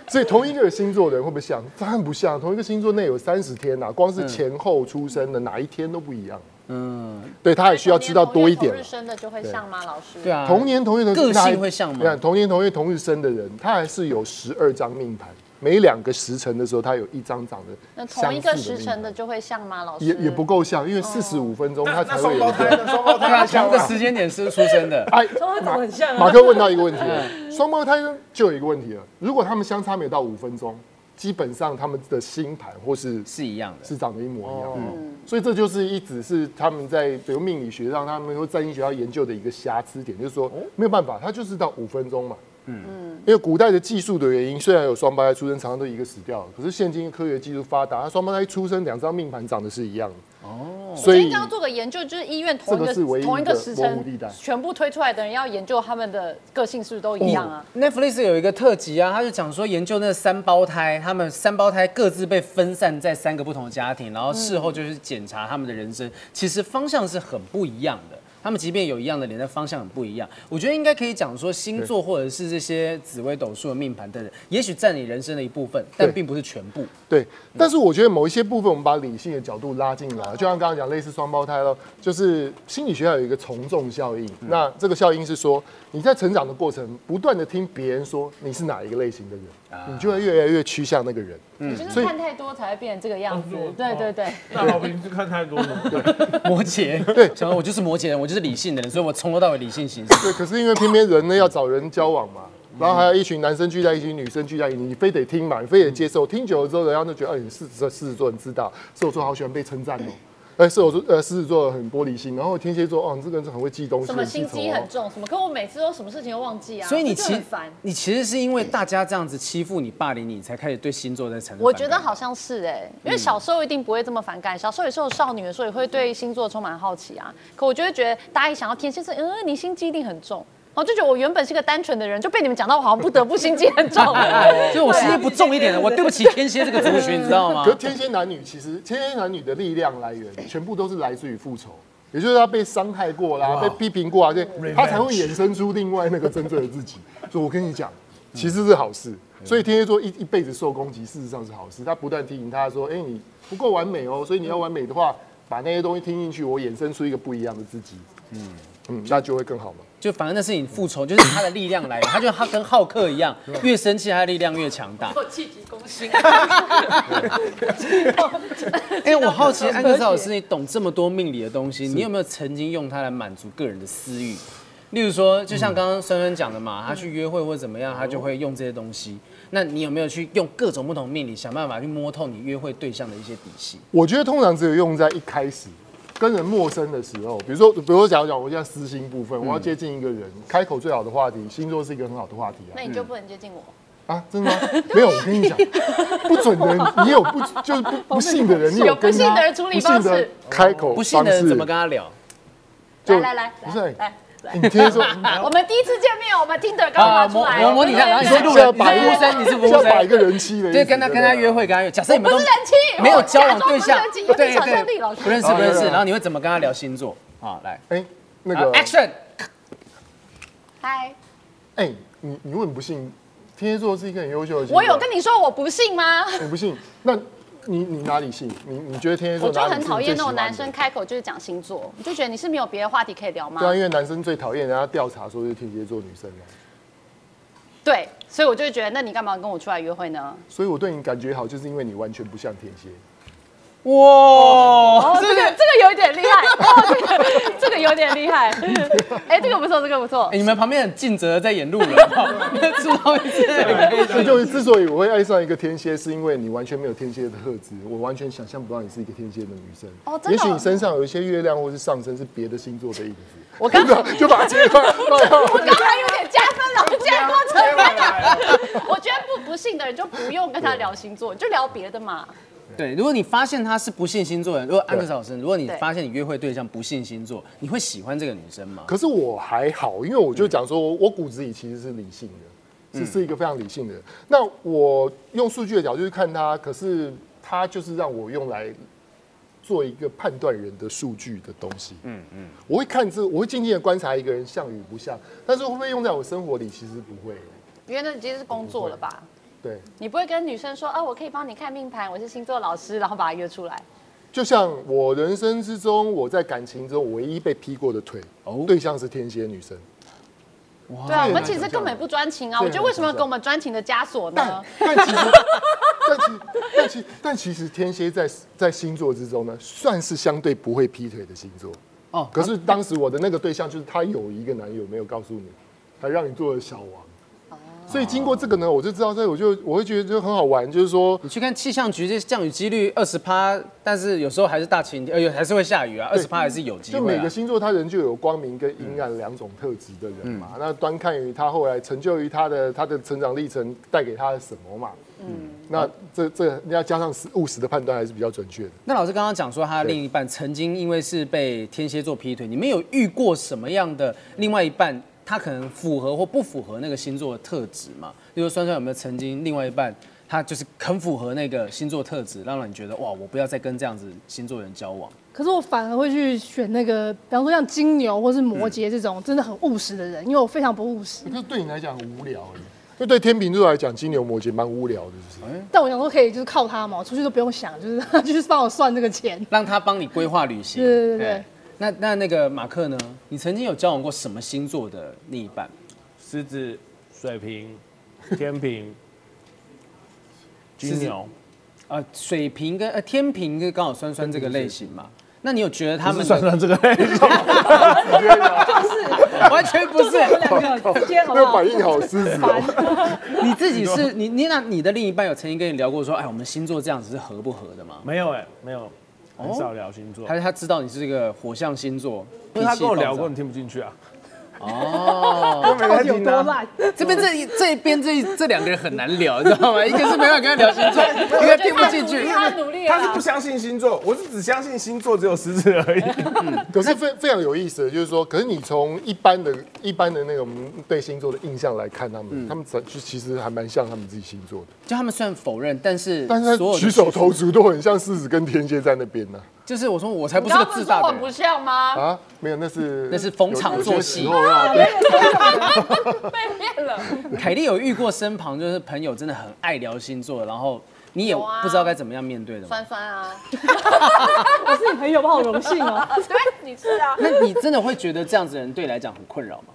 Speaker 2: 所以同一个星座的人会不会像？当然不像，同一个星座内有三十天呐、光是前后出生的哪一天都不一样。嗯，对，他也需要知道多一点
Speaker 4: 同。日生的就会像吗？老师，
Speaker 1: 对啊，
Speaker 2: 同年同月同日
Speaker 1: 个性
Speaker 2: 那还
Speaker 1: 会像吗
Speaker 2: 你看同年同月同日生的人，他还是有十二张命盘，每两个时辰的时候，他有一张长
Speaker 4: 那
Speaker 2: 得相
Speaker 4: 同一
Speaker 2: 似
Speaker 4: 个
Speaker 2: 命
Speaker 4: 时辰的
Speaker 2: 盘
Speaker 4: 就会像吗？老师
Speaker 2: 也也不够像，因为四十五分钟他才会有一个。
Speaker 3: 的双胞
Speaker 1: 对啊，同个时间点是出生的。
Speaker 2: 哎，
Speaker 5: 么很像
Speaker 2: 马克问到一个嗯问题了，双胞胎呢就有一个问题了，如果他们相差没有到五分钟，基本上他们的星盘或是
Speaker 1: 是一样的，
Speaker 2: 是长得一模一样。
Speaker 4: 嗯
Speaker 2: 所以这就是一直是他们在比如命理学上，他们说占星学要研究的一个瑕疵点，就是说没有办法，它就是到五分钟嘛。嗯，因为古代的技术的原因，虽然有双胞胎出生，常常都一个死掉了，可是现今科学技术发达，它双胞胎一出生两张命盘长得是一样的。哦，所
Speaker 4: 所以
Speaker 2: 以
Speaker 4: 应该要做个研究，就是医院同一
Speaker 2: 这
Speaker 4: 个
Speaker 2: 个是唯一一个
Speaker 4: 同一个时
Speaker 2: 模糊地
Speaker 4: 辰
Speaker 2: 带，
Speaker 4: 全部推出来的人要研究他们的个性是不是都一样啊？
Speaker 2: 哦
Speaker 1: Netflix 有一个特辑啊，他就讲说研究那三胞胎，他们三胞胎各自被分散在三个不同的家庭，然后事后就是检查他们的人生，其实方向是很不一样的。他们即便有一样的脸，但方向很不一样。我觉得应该可以讲说星座或者是这些紫微斗数的命盘等等，也许占你人生的一部分，但
Speaker 2: 对
Speaker 1: 并不是全部。
Speaker 2: 对，
Speaker 4: 嗯
Speaker 2: 但是我觉得某一些部分，我们把理性的角度拉进来，就像刚刚讲类似双胞胎咯，就是心理学有一个从众效应。
Speaker 4: 嗯
Speaker 2: 那这个效应是说，你在成长的过程，不断的听别人说你是哪一个类型的
Speaker 4: 啊
Speaker 2: 人，你就会越来越趋向那个人。
Speaker 4: 你就
Speaker 2: 嗯所
Speaker 4: 是
Speaker 2: 以
Speaker 4: 看太多才会变成这个样子
Speaker 3: 哦。
Speaker 4: 对对对，
Speaker 3: 那老平是看太多了。
Speaker 1: 摩羯，
Speaker 2: 对
Speaker 1: 想到我就是摩羯人，我就是理性的人，所以我从头到尾理性行事。
Speaker 2: 对，可是因为偏偏人呢要找人交往嘛，
Speaker 4: 嗯
Speaker 2: 然后还有一群男生聚在一起，女生聚在一起，你非得听嘛，你非得接受，听久了之后，人家就觉得，哎，你狮子座，狮子座很自大，射手座好喜欢被称赞哦。哎，射手座，呃，狮子座很玻璃心，然后天蝎座，哦，你这个人是很会记东西，
Speaker 4: 什么
Speaker 2: 很记
Speaker 4: 心
Speaker 2: 仇
Speaker 4: 机
Speaker 2: 哦
Speaker 4: 很重，什么可我每次都什么事情都忘记啊，
Speaker 1: 所以你
Speaker 4: 这就
Speaker 1: 其
Speaker 4: 很烦。
Speaker 1: 你其实是因为大家这样子欺负你、霸凌你，才开始对星座在产生反感。
Speaker 4: 我觉得好像是哎、
Speaker 2: 嗯
Speaker 4: 因为小时候一定不会这么反感。小时候也是有少女的时候，也会对星座充满好奇啊。可我就会觉得，大家一想到天蝎座，嗯，你心机一定很重。然后就觉得我原本是个单纯的人，就被你们讲到，我好像不得不心机很 重。
Speaker 1: 哦
Speaker 4: 啊
Speaker 1: 所以我心机不重一点的，我对啊不起天蝎这个族群，你知道吗
Speaker 2: 可？是天蝎男女其实天蝎男女的力量来源全部都是来自于复仇，也就是他被伤害过啦，被批评过啊，对，他才会衍生出另外那个真正的自己。所以我跟你讲，其实是好事。所以天蝎座一一辈子受攻击，事实上是好事。他不断提醒他说：“哎、你不够完美哦，所以你要完美的话，把那些东西听进去，我衍生出一个不一样的自己。”嗯嗯，那就会更好嘛。
Speaker 1: 就反正那是你复仇，就是他的力量来源，他就他跟浩克一样，
Speaker 2: 啊
Speaker 1: 越生气他的力量越强大。
Speaker 4: 我气急攻心。
Speaker 1: 哎、我好奇安格斯老师，你懂这么多命理的东西，你有没有曾经用它来满足个人的私欲？例如说，就像刚刚酸酸讲的
Speaker 2: 嗯
Speaker 1: 嘛，他去约会或怎么
Speaker 2: 哦
Speaker 1: 样，他就会用这些东西。那你有没有去用各种不同命理，想办法去摸透你约会对象的一些底细？
Speaker 2: 我觉得通常只有用在一开始跟人陌生的时候，比如说，比如说，假如讲我现在私心部分，我
Speaker 4: 嗯
Speaker 2: 要接近一个人，开口最好的话题，星座是一个很好的话题啊
Speaker 4: 那。你就不能接近我。
Speaker 2: 啊，真的吗？没有，我跟你讲，不准的人也有不就是不 不信的人，你
Speaker 4: 有
Speaker 2: 有
Speaker 4: 不
Speaker 2: 跟他
Speaker 4: 信的人处理方式
Speaker 2: 不信的开口
Speaker 1: 不信的
Speaker 2: 方
Speaker 1: 人
Speaker 2: 式
Speaker 1: 怎么跟他聊？
Speaker 2: 就
Speaker 4: 来来来，
Speaker 2: 不是
Speaker 4: 来来。
Speaker 2: 你听说
Speaker 4: 我们第一次见面，我们听的刚发出
Speaker 1: 模
Speaker 4: 来。
Speaker 1: 模啊模拟一下，然后你
Speaker 4: 对
Speaker 1: 是路
Speaker 4: 对对
Speaker 2: 是要
Speaker 1: 人，
Speaker 2: 把一
Speaker 1: 你
Speaker 2: 个
Speaker 1: 是服务生，你是服
Speaker 2: 要
Speaker 1: 务
Speaker 2: 把一个
Speaker 1: 生，
Speaker 2: 人妻的意思，
Speaker 1: 对，跟他跟他约会，跟他约，假设你们都
Speaker 4: 我不是人妻
Speaker 1: 没有
Speaker 4: 我
Speaker 1: 交往对象
Speaker 4: 假装不是人妻，有点想象力老师
Speaker 1: 不认识不认
Speaker 2: 哦
Speaker 1: 识，
Speaker 2: 有有
Speaker 1: 然后你会怎么跟他聊星座？啊，来，
Speaker 2: 哎，那
Speaker 1: 好
Speaker 4: 啊
Speaker 2: 个，
Speaker 1: ，Action！
Speaker 4: 嗨，
Speaker 2: 哎，你你问不信，天蝎座是一个很优秀的星座，
Speaker 4: 我有跟你说我不信吗？
Speaker 2: 你不信，那你你哪里信？你你觉得天蝎座
Speaker 4: 我就
Speaker 2: 哪里是
Speaker 4: 很
Speaker 2: 你
Speaker 4: 讨厌
Speaker 2: 最喜
Speaker 4: 那种
Speaker 2: 欢
Speaker 4: 男
Speaker 2: 的
Speaker 4: 生开口就是讲星座，我就觉得你是没有别的话题可以聊吗
Speaker 2: 对？啊，因为男生最讨厌人家调查说是天蝎座女生啊嘛，
Speaker 4: 对，所以我就觉得，那你干嘛跟我出来约会呢？
Speaker 2: 所以我对你感觉好，就是因为你完全不像天蝎。
Speaker 1: 哇，是不
Speaker 4: 哦这
Speaker 1: 是
Speaker 4: 个？这个有点厉害，哦，这个这个有点厉害，哎，这个不错，这个不错
Speaker 1: 哎，你们旁边很尽责的在演路 人，知道一次。
Speaker 2: 所以就是之所以我会爱上一个天蝎，是因为你完全没有天蝎的特质，我完全想象不到你是一个天蝎的女生。
Speaker 4: 哦真的哦
Speaker 2: 也许你身上有一些月亮或是上升是别的星座的影子。
Speaker 4: 我刚刚
Speaker 2: 就把这一块放到
Speaker 4: 刚才有点加分了，竟然给我成分了。我觉得不不信的人就不用跟他聊星座，你就聊别的嘛。
Speaker 1: 对，如果你发现他是不信星座的人，如果啊安克老师，如果你
Speaker 4: 对
Speaker 1: 发现你约会对象不信星座，你会喜欢这个女生吗？
Speaker 2: 可是我还好，因为我就讲说，我骨子里其实是理性的，是是一个非常理性的人。那我用数据的角度去看他，可是他就是让我用来做一个判断人的数据的东西。嗯嗯，我会看这，我会静静的观察一个人像与不像，但是会不会用在我生活里，其实不会。
Speaker 4: 因为那已经是工作了吧？
Speaker 2: 对，
Speaker 4: 你不会跟女生说啊，我可以帮你看命盘，我是星座老师，然后把她约出来。
Speaker 2: 就像我人生之中，我在感情中唯一被劈过的腿，
Speaker 1: 哦
Speaker 2: 对象是天蝎女生。
Speaker 4: 对啊，我
Speaker 2: 对
Speaker 4: 们
Speaker 2: 那
Speaker 4: 其
Speaker 2: 就
Speaker 4: 实
Speaker 2: 这
Speaker 4: 根本
Speaker 2: 样
Speaker 4: 不专情啊！
Speaker 2: 对
Speaker 4: 我觉得为什么要给我们专情的枷锁呢
Speaker 2: 但？但其实，但其但其但其实天蝎在在星座之中呢，算是相对不会劈腿的星座。
Speaker 1: 哦
Speaker 2: 可是当时我的那个对象就是他有一个男友没有告诉你，还让你做了小王。所以经过这个呢，我就知道，所以我就我会觉得就很好玩，就是说
Speaker 1: 你去看气象局，这降雨几率二十趴，但是有时候还是大晴，呃，有还是会下雨啊，二十趴还是有机
Speaker 2: 就
Speaker 1: 会
Speaker 2: 每
Speaker 1: 啊
Speaker 2: 个。星座他人就有光明跟阴暗两种特质的人嘛。那端看于他后来成就于他的他的成长历程带给他的什么嘛。嗯，那这这你要加上实务实的判断还是比较准确的。
Speaker 1: 那老师刚刚讲说，他另一半曾经因为是被天蝎座劈腿，你们有遇过什么样的另外一半，他可能符合或不符合那个星座的特质吗？例如酸酸有没有曾经另外一半，他就是很符合那个星座特质，让你觉得哇，我不要再跟这样子星座人交往。
Speaker 5: 可是我反而会去选那个，比方说像金牛或是摩羯这种真的很务实的人，因为我非常不务实。
Speaker 2: 可是对你来讲很无聊哎，就对天秤座来讲，金牛摩羯蛮无聊的，是不是？
Speaker 1: 哎
Speaker 5: 但我想说可以就是靠他嘛，我出去都不用想，就是 他就是帮我算这个钱。
Speaker 1: 让他帮你规划旅行。
Speaker 5: 对对对对
Speaker 1: 哎那那那个马克呢？你曾经有交往过什么星座的另一半？
Speaker 3: 狮子、水瓶、 天平、金牛，
Speaker 1: 呃，水瓶跟呃天平跟刚好酸酸这个类型嘛？那你有觉得他
Speaker 3: 不
Speaker 1: 们
Speaker 3: 是算
Speaker 1: 的
Speaker 3: 算这个类型。
Speaker 1: 完全不是？
Speaker 5: 两个之间好
Speaker 2: 那反应好狮 子哦，
Speaker 1: 你自己是你你那你的另一半有曾经跟你聊过说，哎，我们星座这样子是合不合的吗？
Speaker 3: 没有哎、没有，很少聊星座。
Speaker 1: 还是他知道你是这个火象星座？
Speaker 3: 因为他
Speaker 1: 脾气
Speaker 3: 跟我
Speaker 1: 暴
Speaker 3: 聊
Speaker 1: 躁
Speaker 3: 过，你听不进去啊。
Speaker 1: 哦，
Speaker 5: 到底有多烂？
Speaker 1: 这边这一这一边这一这两个人很难聊，你知道吗？一个是没办法跟他聊星 座，一个听不进去。
Speaker 4: 他努力
Speaker 3: 他是
Speaker 4: 了
Speaker 3: 不。相信星座，我是只相信星座只有狮子 而已。
Speaker 2: 可是非非常有意思的，就是说，可是你从一般的、一般的那种对星座的印象来看，他
Speaker 1: 嗯
Speaker 2: 们他们其实其实还蛮像他们自己星座的，
Speaker 1: 就他们虽然否认，但是
Speaker 2: 但是
Speaker 1: 所有
Speaker 2: 他
Speaker 1: 的
Speaker 2: 举手投足都很像狮子跟天蝎在那边呢。
Speaker 1: 就是我说我才不
Speaker 4: 你
Speaker 1: 是
Speaker 4: 刚
Speaker 1: 个
Speaker 4: 刚不
Speaker 1: 自
Speaker 4: 是说
Speaker 1: 大
Speaker 4: 我
Speaker 1: 的
Speaker 4: 不
Speaker 1: 人，
Speaker 4: 像吗？
Speaker 2: 啊，没有，那 是
Speaker 1: 那是逢场
Speaker 2: 有有
Speaker 1: 作
Speaker 2: 些
Speaker 1: 戏
Speaker 2: 时候要对
Speaker 4: 被 骗了，
Speaker 1: 凯莉有遇过身旁就是朋友真的很爱聊星座，然后你也
Speaker 4: 有啊
Speaker 1: 不知道该怎么样面对的吗？
Speaker 4: 酸酸啊，
Speaker 5: 我是你朋友，我好荣幸哦。
Speaker 4: 对，你是啊，
Speaker 1: 那你真的会觉得这样子的人对你来讲很困扰吗？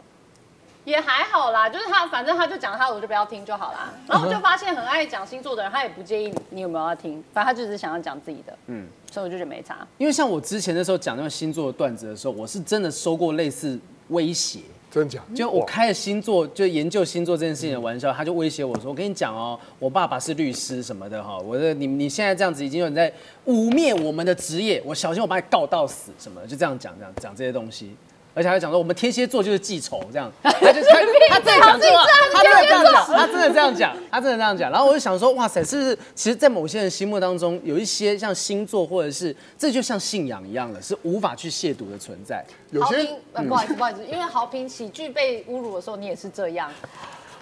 Speaker 4: 也还好啦，就是他，反正他就讲他的，我就不要听就好 啦。然后我就发现很爱讲星座的人，他也不介意你你有没有要听，反正他就只是想要讲自己的，嗯，所以我就觉得没差。
Speaker 1: 因为像我之前的时候讲那个星座的段子的时候，我是真的收过类似威胁，
Speaker 2: 真假？
Speaker 1: 就我
Speaker 2: 哇
Speaker 1: 开了星座，就研究星座这件事情的玩笑，他就威胁我说：“我跟你讲哦，我爸爸是律师什么的哈，我的你你现在这样子已经有人在污蔑我们的职业，我小心我把你告到死什么的，就这样讲这样讲这些东西。”而且他还讲说，我们天蝎座就是记仇这 样，他就他他真的讲这个，他真的这样讲，他真的这样讲，他真的这样讲。然后我就想说，哇塞，是不是其实，在某些人心目当中，有一些像星座或者是这就像信仰一样了，是无法去亵渎的存在。
Speaker 2: 有
Speaker 4: 豪
Speaker 2: 些嗯
Speaker 4: 平，呃，不好意思，不好意思，因为豪平喜剧被侮辱的时候，你也是这样，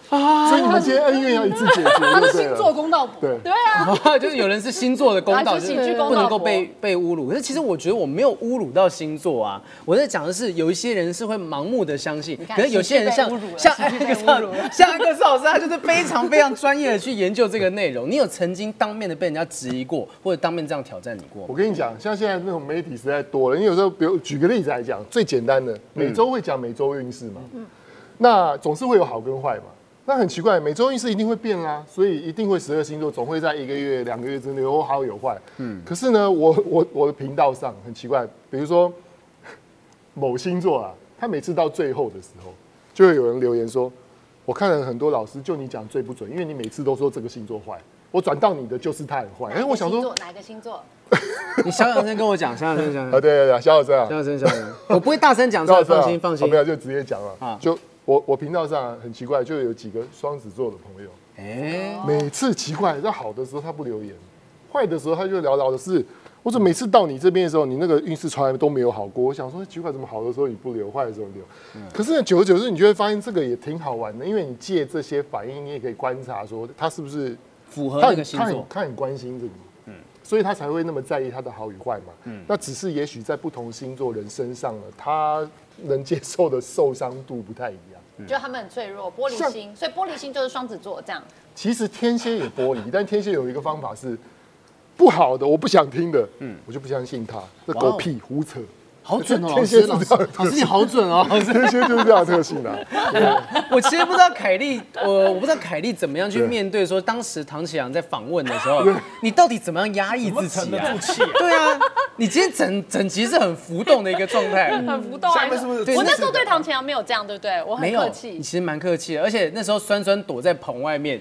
Speaker 2: 所以你们今天恩怨要一次解决，
Speaker 5: 他
Speaker 2: 对不
Speaker 5: 是
Speaker 2: 对
Speaker 5: 星座
Speaker 2: 了？
Speaker 5: 公道婆，
Speaker 2: 对，
Speaker 1: 就是有人是星座的公道，就
Speaker 4: 啊就是是喜剧公道
Speaker 1: 不能够被被侮辱。可是其实我觉得我没有侮辱到星座啊，我在讲的是有一些人是会盲目的相信，
Speaker 4: 看
Speaker 1: 可是有些人像
Speaker 4: 喜剧被侮辱了
Speaker 1: 像艾
Speaker 4: 喜剧
Speaker 1: 克
Speaker 4: 被
Speaker 1: 少
Speaker 4: 侮辱，了
Speaker 1: 像艾克少老师，他就是非常非常专业的去研究这个内容。你有曾经当面的被人家质疑过，或者当面这样挑战你过
Speaker 2: 我
Speaker 1: 吗？
Speaker 2: 跟你讲，像现在那种媒体实在多了，你有时候比如举个例子来讲，最简单的，每周会讲每周运势嘛，那总是会有好跟坏嘛。那很奇怪，每周运势一定会变啦、所以一定会十二星座总会在一个月、两个月之内有好有坏。嗯，可是呢，我 我我的频道上很奇怪，比如说 某星座啊，他每次到最后的时候，就会有人留言说：“我看了很多老师，就你讲最不准，因为你每次都说这个星座坏，我转到你的就是他很坏。”哎，我想
Speaker 4: 星
Speaker 2: 说
Speaker 4: 座，哪个星座？
Speaker 1: 你小小声跟我讲，小小声，小小
Speaker 2: 啊，
Speaker 1: 声，
Speaker 2: 对对对，小老师啊
Speaker 1: 小，小声，小小声， 我不会大声讲出
Speaker 2: 赵
Speaker 1: 来，
Speaker 2: 老师啊
Speaker 1: 放心，放心
Speaker 2: 哦没。有就直接讲了。
Speaker 1: 啊
Speaker 2: 就我我频道上啊很奇怪，就有几个双子座的朋友，
Speaker 1: 哎，
Speaker 2: 每次奇怪，在好的时候他不留言，坏的时候他就聊聊的是，我怎么每次到你这边的时候，你那个运势从来都没有好过？我想说奇怪，怎么好的时候你不留，坏的时候留？
Speaker 1: 嗯
Speaker 2: 可是呢，久而久之，你就会发现这个也挺好玩的，因为你借这些反应，你也可以观察说他是不是
Speaker 1: 符合
Speaker 2: 他
Speaker 1: 那
Speaker 2: 很
Speaker 1: 个星
Speaker 2: 他
Speaker 1: 座
Speaker 2: 很。他很关心这个，嗯，所以他才会那么在意他的好与坏嘛，嗯，那只是也许在不同星座人身上呢，他能接受的受伤度不太一样。
Speaker 4: 就他们很脆弱，玻璃
Speaker 2: 像
Speaker 4: 心，所以玻璃心就是双子座这样。
Speaker 2: 其实天蝎也玻璃，但天蝎有一个方法是不好的，我不想听的，嗯，我就不相信他，这
Speaker 1: 哇哦
Speaker 2: 狗屁胡扯。
Speaker 1: 好准哦，老
Speaker 2: 天
Speaker 1: 师，
Speaker 2: 蝎是
Speaker 1: 老
Speaker 2: 这
Speaker 1: 师
Speaker 2: 样的，
Speaker 1: 老师你好准 哦，老师。
Speaker 2: 天蝎就是这样的特性啊，
Speaker 1: 我其实不知道凯莉，我我不知道凯莉怎么样去面对说，当时唐启阳在访问的时候，你到底怎么样压抑自
Speaker 3: 沉
Speaker 1: 己
Speaker 3: 得
Speaker 1: 啊
Speaker 3: 住？气啊？
Speaker 1: 对啊，你今天整整集是很浮动的一个状态。
Speaker 4: 很浮动啊。
Speaker 3: 下面是不是
Speaker 1: 对
Speaker 4: 我那
Speaker 1: 那
Speaker 4: 时候对唐乾阳没有这样，对不对？我很
Speaker 1: 没
Speaker 4: 客
Speaker 1: 有，
Speaker 4: 气
Speaker 1: 你。其实蛮客气的，而且那时候酸酸躲在棚外面，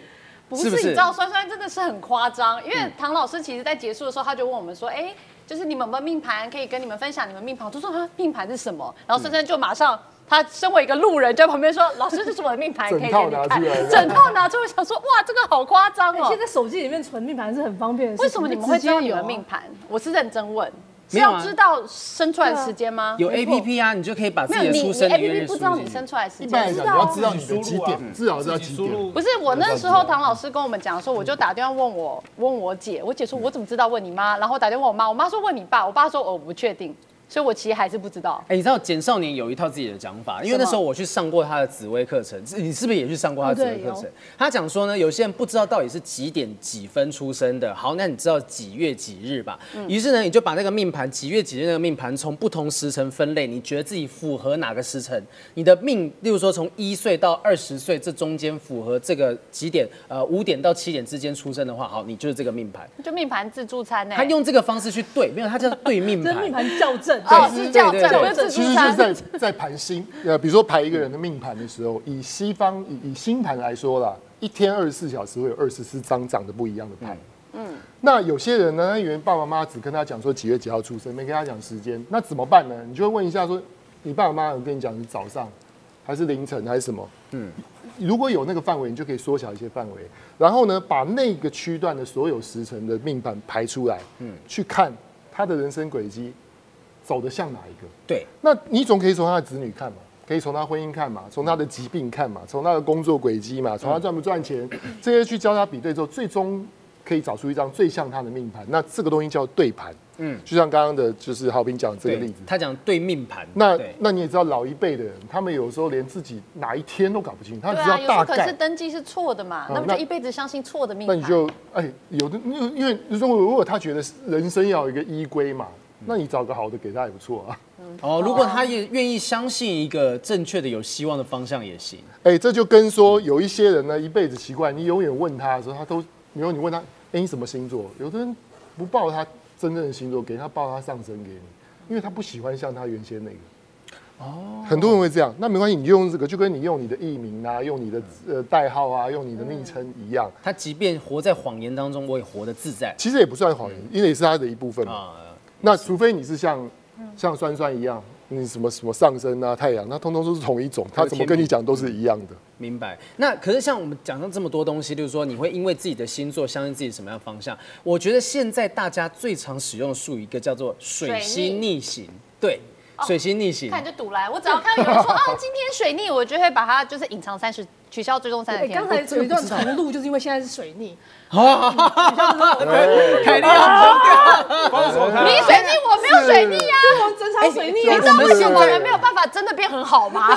Speaker 4: 不
Speaker 1: 是
Speaker 4: 是，
Speaker 1: 不
Speaker 4: 你
Speaker 1: 是嗯
Speaker 4: 知道酸酸真的是很夸张，因为唐老师其实在结束的时候，他就问我们说，哎，就是你们有没有命盘可以跟你们分享你们命盘？我就说啊，命盘是什么？然后酸酸
Speaker 1: 嗯
Speaker 4: 就马上。他身为一个路人，就在旁边说：“老师，这是我的命盘，可以
Speaker 2: 整
Speaker 4: 给
Speaker 2: 套
Speaker 4: 你
Speaker 2: 拿
Speaker 4: 看
Speaker 2: 出来。”
Speaker 4: 整套拿出来，想说：“哇，这个好夸张
Speaker 5: 哎
Speaker 4: 哦
Speaker 5: 现！”在手机里面存命盘是很方便的事情。
Speaker 4: 为什么你们会知
Speaker 5: 啊
Speaker 4: 道你们命
Speaker 5: 盘？
Speaker 4: 盘？我是认真问，是
Speaker 1: 没有啊
Speaker 4: 要知道生出来的时间吗？
Speaker 1: 有
Speaker 5: 没
Speaker 1: A
Speaker 5: 错
Speaker 1: P P 啊，你就可以把自
Speaker 4: 没
Speaker 1: 己的
Speaker 4: 有你，
Speaker 1: 出
Speaker 4: 你
Speaker 1: 生
Speaker 4: A
Speaker 1: 年月
Speaker 4: P
Speaker 1: 日
Speaker 4: P 不
Speaker 1: 输
Speaker 4: 知道
Speaker 1: 进
Speaker 4: 你
Speaker 1: 去。
Speaker 4: 生出来的时
Speaker 2: 一
Speaker 4: 间
Speaker 2: 般来
Speaker 4: 是
Speaker 2: 讲
Speaker 4: 吧
Speaker 2: 你要知道
Speaker 3: 自
Speaker 2: 你的
Speaker 3: 己
Speaker 2: 几
Speaker 3: 输入啊
Speaker 2: 点，至少是要几
Speaker 3: 自己输
Speaker 2: 点
Speaker 3: 入。啊
Speaker 4: 不是我那时候唐老师跟我们讲说，我就打电话问我问我姐，我姐说我怎么知道问你妈，然后打电话问我妈，我妈说问你爸，我爸说哦我不确定，所以我其实还是不知道。
Speaker 1: 哎、你知道简少年有一套自己的讲法，因为
Speaker 4: 什么
Speaker 1: 那时候我去上过他的紫薇课程，是你是不是也去上过他的紫薇课
Speaker 5: 哦
Speaker 1: 程
Speaker 5: 对有？
Speaker 1: 他讲说呢，有些人不知道到底是几点几分出生的，好，那你知道几月几日吧？于、是呢，你就把那个命盘几月几日那个命盘从不同时辰分类，你觉得自己符合哪个时辰？你的命，例如说从一岁到二十岁这中间符合这个几点，呃，五点到七点之间出生的话，好，你就是这个命盘。
Speaker 4: 就命盘自助餐呢、欸
Speaker 1: 他用这个方式去对，没有，他叫对命
Speaker 5: 这
Speaker 1: 盘
Speaker 5: 是。命盘校正。
Speaker 4: 哦
Speaker 1: 对
Speaker 4: 是校
Speaker 1: 对
Speaker 4: 正，
Speaker 1: 对对
Speaker 4: 我就自
Speaker 2: 其
Speaker 4: 助
Speaker 2: 实就是
Speaker 4: 餐。
Speaker 2: 在在盘星，呃，比如说排一个人的命盘的时候，以西方以以星盘来说啦，一天二十四小时会有二十四张长得不一样的盘。嗯那有些人呢，他以为爸爸妈妈只跟他讲说几月几号出生，没跟他讲时间，那怎么办呢？你就会问一下说，你爸爸妈妈有跟你讲是早上，还是凌晨，还是什么？如果有那个范围，你就可以缩小一些范围，然后呢，把那个区段的所有时辰的命盘排出来，嗯，去看他的人生轨迹走得像哪一个。
Speaker 1: 对，
Speaker 2: 那你总可以从他的子女看嘛，可以从他婚姻看嘛，从他的疾
Speaker 4: 嗯
Speaker 2: 病看嘛，从他的工作轨迹嘛，从他赚不赚钱、这些去教他比对之后，最终可以找出一张最像他的命盘。那这个东西叫对盘，嗯，就像刚刚的就是浩平讲的这个例
Speaker 1: 对
Speaker 2: 子，。
Speaker 1: 他讲对命盘，
Speaker 2: 那
Speaker 1: 对
Speaker 2: 那你也知道，老一辈的人，他们有时候连自己哪一天都搞不清，他
Speaker 4: 对
Speaker 2: 只知
Speaker 4: 啊，
Speaker 2: 道
Speaker 4: 有时
Speaker 2: 大
Speaker 4: 候可
Speaker 2: 概哦
Speaker 4: 是。登记是错的嘛，那么
Speaker 2: 那
Speaker 4: 就一辈子相信错的命
Speaker 2: 那
Speaker 4: 盘。
Speaker 2: 你就哎，有的因为因为如果如果他觉得人生要有一个依归嘛，
Speaker 4: 嗯
Speaker 2: 那你找个好的给他也不错啊。
Speaker 1: 哦，如果他也愿意相信一个正确的、有希望的方向也行。
Speaker 2: 哎，这就跟说有一些人呢，一辈子奇怪，你永远问他的时候，他都，比如你问他，哎，你什么星座？有的人不报他真正的星座给你，他报他上升给你，因为他不喜欢像他原先那个。哦，很多人会这样，那没关系，你就用这个，就跟你用你的艺名啊，用你的呃代号啊，用你的昵称一样，
Speaker 1: 他即便活在谎言当中，我也活得自在
Speaker 2: 其实也不算谎言，因为也是他的一部分嘛。
Speaker 1: 啊。
Speaker 2: 那除非你是像像酸酸一样，你什么什么上升啊、太阳，那通通都是同一种，他怎么跟你讲都是一样的。
Speaker 1: 明白。那可是像我们讲到这么多东西，就是说你会因为自己的星座相信自己什么样的方向。我觉得现在大家最常使用的术语一个叫做水星逆行，对，水星逆行。
Speaker 4: 哦看你就赌来，我只要看到有 人说哦，今天水逆，我就会把它就是隐藏三十，取消追踪三十
Speaker 5: 哎
Speaker 4: 天。
Speaker 5: 刚才有一段重录，就是因为现在是水 逆，
Speaker 1: 凯莉啊，
Speaker 3: 封锁他
Speaker 4: 你水逆，我没有水逆啊，
Speaker 5: 我们整场水逆啊
Speaker 4: 你
Speaker 1: 我
Speaker 4: 知道
Speaker 1: 们
Speaker 4: 为什
Speaker 1: 现
Speaker 4: 么我们
Speaker 1: 在
Speaker 4: 没有办法真的变很好 吗？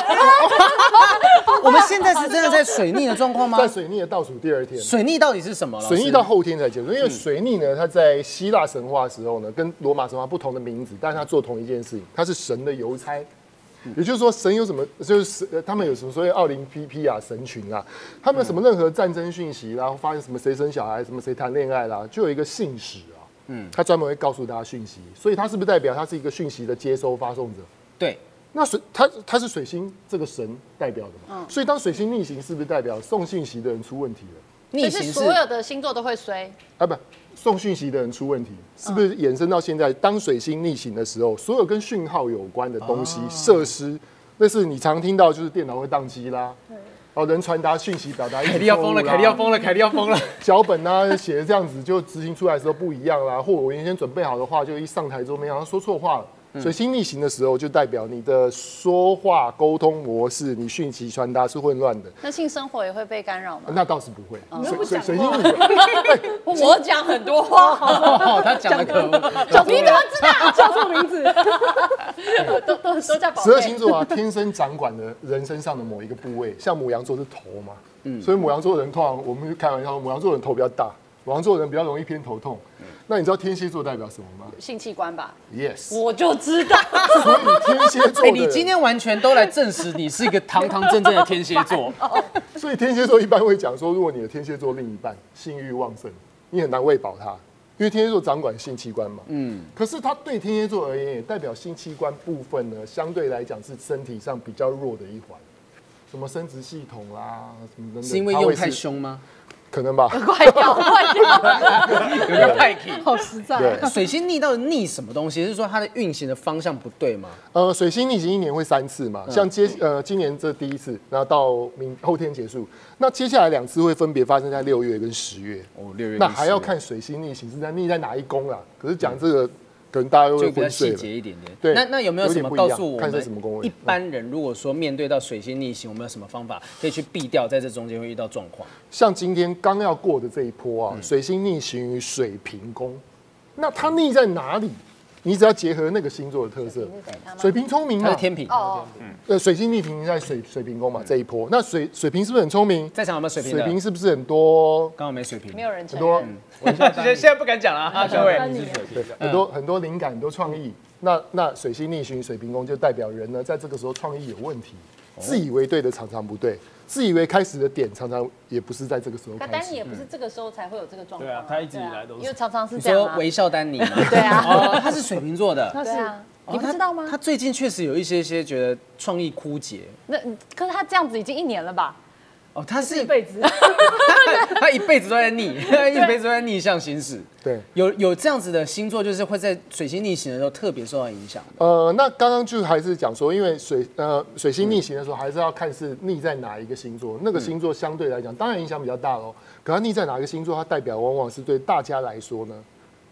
Speaker 1: 我们现在是真的在水逆的状况吗？
Speaker 2: 在水逆的倒数第二天，
Speaker 1: 水逆到底是什么？老师
Speaker 2: 水逆到后天才结束，因为水逆呢，它在希腊神话的时候呢，跟罗马神话不同的名字，但是它做同一件事情，它是神的邮差。也就是说，神有什么，就是呃他们有什么所谓奥林匹匹亚神群啊，他们有什么任何战争讯息啦，发现什么谁生小孩，什么谁谈恋爱啦，就有一个信使啊，嗯，他专门会告诉大家讯息，所以他是不是代表他是一个讯息的接收发送者？
Speaker 1: 对，
Speaker 2: 那水它它是水星这个神代表的嘛，所以当水星逆行，是不是代表送讯息的人出问题了？
Speaker 1: 逆
Speaker 4: 就
Speaker 1: 行是
Speaker 4: 是所有的星座都会衰，
Speaker 2: 啊，不，送讯息的人出问题，是不是衍生到现在？当水星逆行的时候，所有跟讯号有关的东
Speaker 5: 哦
Speaker 2: 西、设施，那是你常听到，就是电脑会宕机啦，哦，人传达讯息表达，
Speaker 1: 凯莉要疯了，凯莉要疯了，凯莉要疯了。
Speaker 2: 脚本啊写的这样子，就执行出来的时候不一样啦。或我原先准备好的话，就一上台之后没想到说错话了。
Speaker 1: 嗯
Speaker 2: 水星逆行的时候，就代表你的说话沟通模式、你讯息传达是混乱的。
Speaker 4: 那性生活也会被干扰吗？
Speaker 2: 那倒是不会，
Speaker 5: 又哦不
Speaker 2: 水水水
Speaker 5: 讲话
Speaker 2: 星 逆行
Speaker 4: 我讲很多话，
Speaker 1: 哦，他讲的可恶。
Speaker 4: 你怎么知道？
Speaker 5: 叫错名 字，
Speaker 4: 都都都在
Speaker 1: 哦
Speaker 4: 宝
Speaker 2: 十二
Speaker 4: 贝
Speaker 2: 星。座啊，天生掌管了人身上的某一个部位，像母羊座是头嘛，
Speaker 1: 嗯
Speaker 2: 所以母羊座人通常我们就开玩笑，母羊座人头比较大，母羊座人比较容易偏头痛。
Speaker 1: 嗯
Speaker 2: 那你知道天蝎座代表什么吗
Speaker 4: 性器官吧，
Speaker 2: ？Yes，
Speaker 4: 我就知道，
Speaker 2: 所以天蝎座
Speaker 1: 哎，
Speaker 2: 的
Speaker 1: 你今
Speaker 2: 人，
Speaker 1: 天完全都来证实你是一个堂堂正正的天蝎 座。
Speaker 2: 哦所以天蝎座一般会讲说，如果你的天蝎座另一半性欲旺盛，你很难喂饱他，因为天蝎座掌管性器官嘛。嗯，可是他对天蝎座而言，也代表性器官部分呢，相对来讲是身体上比较弱的一环。什么生殖系统啦、什么等等，
Speaker 1: 是因为
Speaker 2: 它
Speaker 1: 用
Speaker 2: 会
Speaker 1: 太
Speaker 2: 是
Speaker 1: 凶吗？
Speaker 2: 可 能吧。
Speaker 4: 坏掉，坏掉。
Speaker 1: 有个派 k
Speaker 5: 好实在
Speaker 2: 对
Speaker 5: 啊。
Speaker 1: 那水星逆到底逆什么东西？是说它的运行的方向不对吗？
Speaker 2: 呃，水星逆行一年会三次
Speaker 1: 嗯
Speaker 2: 嘛，像接呃今年这第一次，然后到明后天结束，那接下来两次会分别发生在六月跟十月。
Speaker 1: 哦，六月
Speaker 2: 那还要看水星逆行是在逆在哪一宫啦。可是讲这个，可能大家又
Speaker 1: 嗯就
Speaker 2: 会
Speaker 1: 比较
Speaker 2: 昏睡
Speaker 1: 细
Speaker 2: 了。
Speaker 1: 节一点点。
Speaker 2: 对
Speaker 1: 那那有没有什么
Speaker 2: 有点不一
Speaker 1: 告
Speaker 2: 样
Speaker 1: 诉我
Speaker 2: 看是什么宫
Speaker 1: 们
Speaker 2: 位
Speaker 1: 一般人如果说面对到水星逆行，我们有什么方法可以去避掉在这中间会遇到状况？
Speaker 2: 像今天刚要过的这一波
Speaker 1: 嗯
Speaker 2: 啊，水星逆行于水瓶宫，那它逆在哪里？你只要结合那个星座的特色，水瓶聪明
Speaker 1: 它
Speaker 2: 嘛
Speaker 1: 是，天平，嗯
Speaker 4: 哦，
Speaker 2: 呃，水星逆行在水水瓶宫嘛这一波，那水水瓶是不是很聪明？
Speaker 1: 在场有没有水平
Speaker 2: 水
Speaker 1: 的？
Speaker 2: 瓶是不是很多
Speaker 1: 刚好没水平
Speaker 4: 没，有人承
Speaker 2: 很多
Speaker 4: 认。
Speaker 1: 现在现在不敢讲了啊，各位。
Speaker 5: 你
Speaker 2: 对，很多很多灵感，很多创意。那那水星逆行水平宫，就代表人呢，在这个时候创意有问题，自以为对的常常不对，自以为开始的点常常也不是在这个时候
Speaker 4: 可
Speaker 2: 开
Speaker 4: 丹尼
Speaker 2: 始。
Speaker 4: 也不是这个时候才会有这个状况、
Speaker 3: 对啊他一直以来都
Speaker 4: 对
Speaker 3: 是
Speaker 4: 啊因为常常是
Speaker 1: 你
Speaker 4: 这样、
Speaker 1: 说
Speaker 4: 啊。
Speaker 1: 微笑丹尼吗？
Speaker 4: 对啊，
Speaker 1: 哦，他是水瓶座的。
Speaker 5: 他
Speaker 4: 对啊
Speaker 5: 是。
Speaker 4: 你不知道吗
Speaker 1: 哦他？他最近确实有一些些觉得创意枯竭。
Speaker 4: 那可是他这样子已经一年了吧？
Speaker 1: 哦，他是
Speaker 5: 一辈子，
Speaker 1: 他一辈子都在逆， 他一辈子都在逆向行驶。
Speaker 2: 对
Speaker 1: 有有这样子的星座，就是会在水星逆行的时候特别受到影响的。
Speaker 2: 呃，那刚刚就还是讲说，因为水呃水星逆行的时候，还是要看是逆在哪一个星座，那个星座相对来讲，当然影响比较大喽。可它逆在哪个星座，它代表往往是对大家来说呢，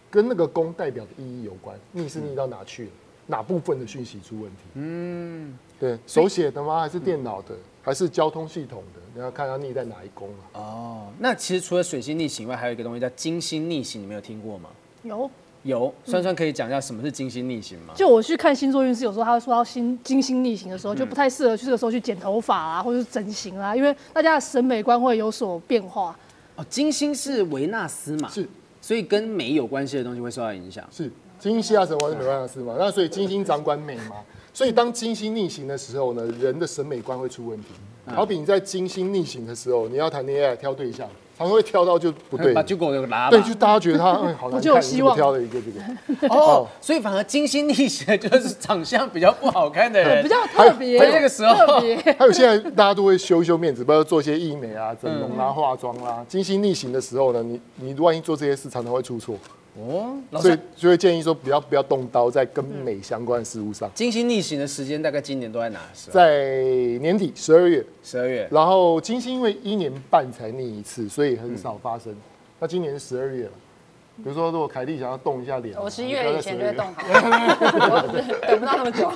Speaker 2: 跟那个宫代表的意义有关。逆是逆到哪去了？哪部分的讯息出问题？嗯，对手写的吗？还是电脑的？还是交通系统的，你要看它逆在哪一宫啊。
Speaker 1: 哦，那其实除了水星逆行以外，还有一个东西叫金星逆行，你们有听过吗？
Speaker 5: 有，
Speaker 1: 有，酸酸可以讲一下什么是金星逆行吗？
Speaker 5: 就我去看星座运势，有时候他会说到星金星逆行的
Speaker 1: 嗯
Speaker 5: 时候，就不太适合去这个时候去剪头发啊，或者是整形啊，因为大家的审美观会有所变化。
Speaker 1: 哦，金星是维纳斯嘛，
Speaker 2: 是，
Speaker 1: 所以跟美有关系的东西会受到影响。
Speaker 2: 是金星啊，神话是没办法是嘛？那所以金星掌管美嘛，所以当金星逆行的时候呢，人的审美观会出问题。
Speaker 1: 嗯
Speaker 2: 好比你在金星逆行的时候，你要谈恋爱挑对象，常常会挑到就不
Speaker 1: 嗯
Speaker 2: 对
Speaker 1: 把，结果给拉吧。
Speaker 2: 对，就大家觉得他哎好难
Speaker 5: 我就有
Speaker 2: 看，
Speaker 5: 希
Speaker 2: 你怎么
Speaker 5: 望
Speaker 2: 挑了一个这个。
Speaker 1: 哦，所以反而金星逆行的就是长相 比较不好看的人，
Speaker 5: 比较特别，
Speaker 1: 还有这个时候
Speaker 5: 特别，
Speaker 2: 还有现在大家都会修一修面子，不要做些医美啊、整容
Speaker 5: 嗯
Speaker 2: 啊、化妆啦、金星逆行的时候呢，你你万一做这些事，常常会出错，
Speaker 1: 哦。老
Speaker 2: 所以
Speaker 1: 师，
Speaker 2: 就会建议说不要不要动刀在跟美相关的事物上。
Speaker 1: 金星逆行的时间大概今年都在哪时候？
Speaker 2: 在年底十二月，
Speaker 1: 十二月。
Speaker 2: 然后金星因为一年半才逆一次，所以很少发生。那今年十二月了，比如说如果凯莉想要动一下脸啊，
Speaker 4: 哦我十一
Speaker 2: 你不要
Speaker 4: 月
Speaker 2: 在
Speaker 4: 以前
Speaker 2: 12
Speaker 4: 就
Speaker 2: 月
Speaker 4: 会动好，我等不到那么久。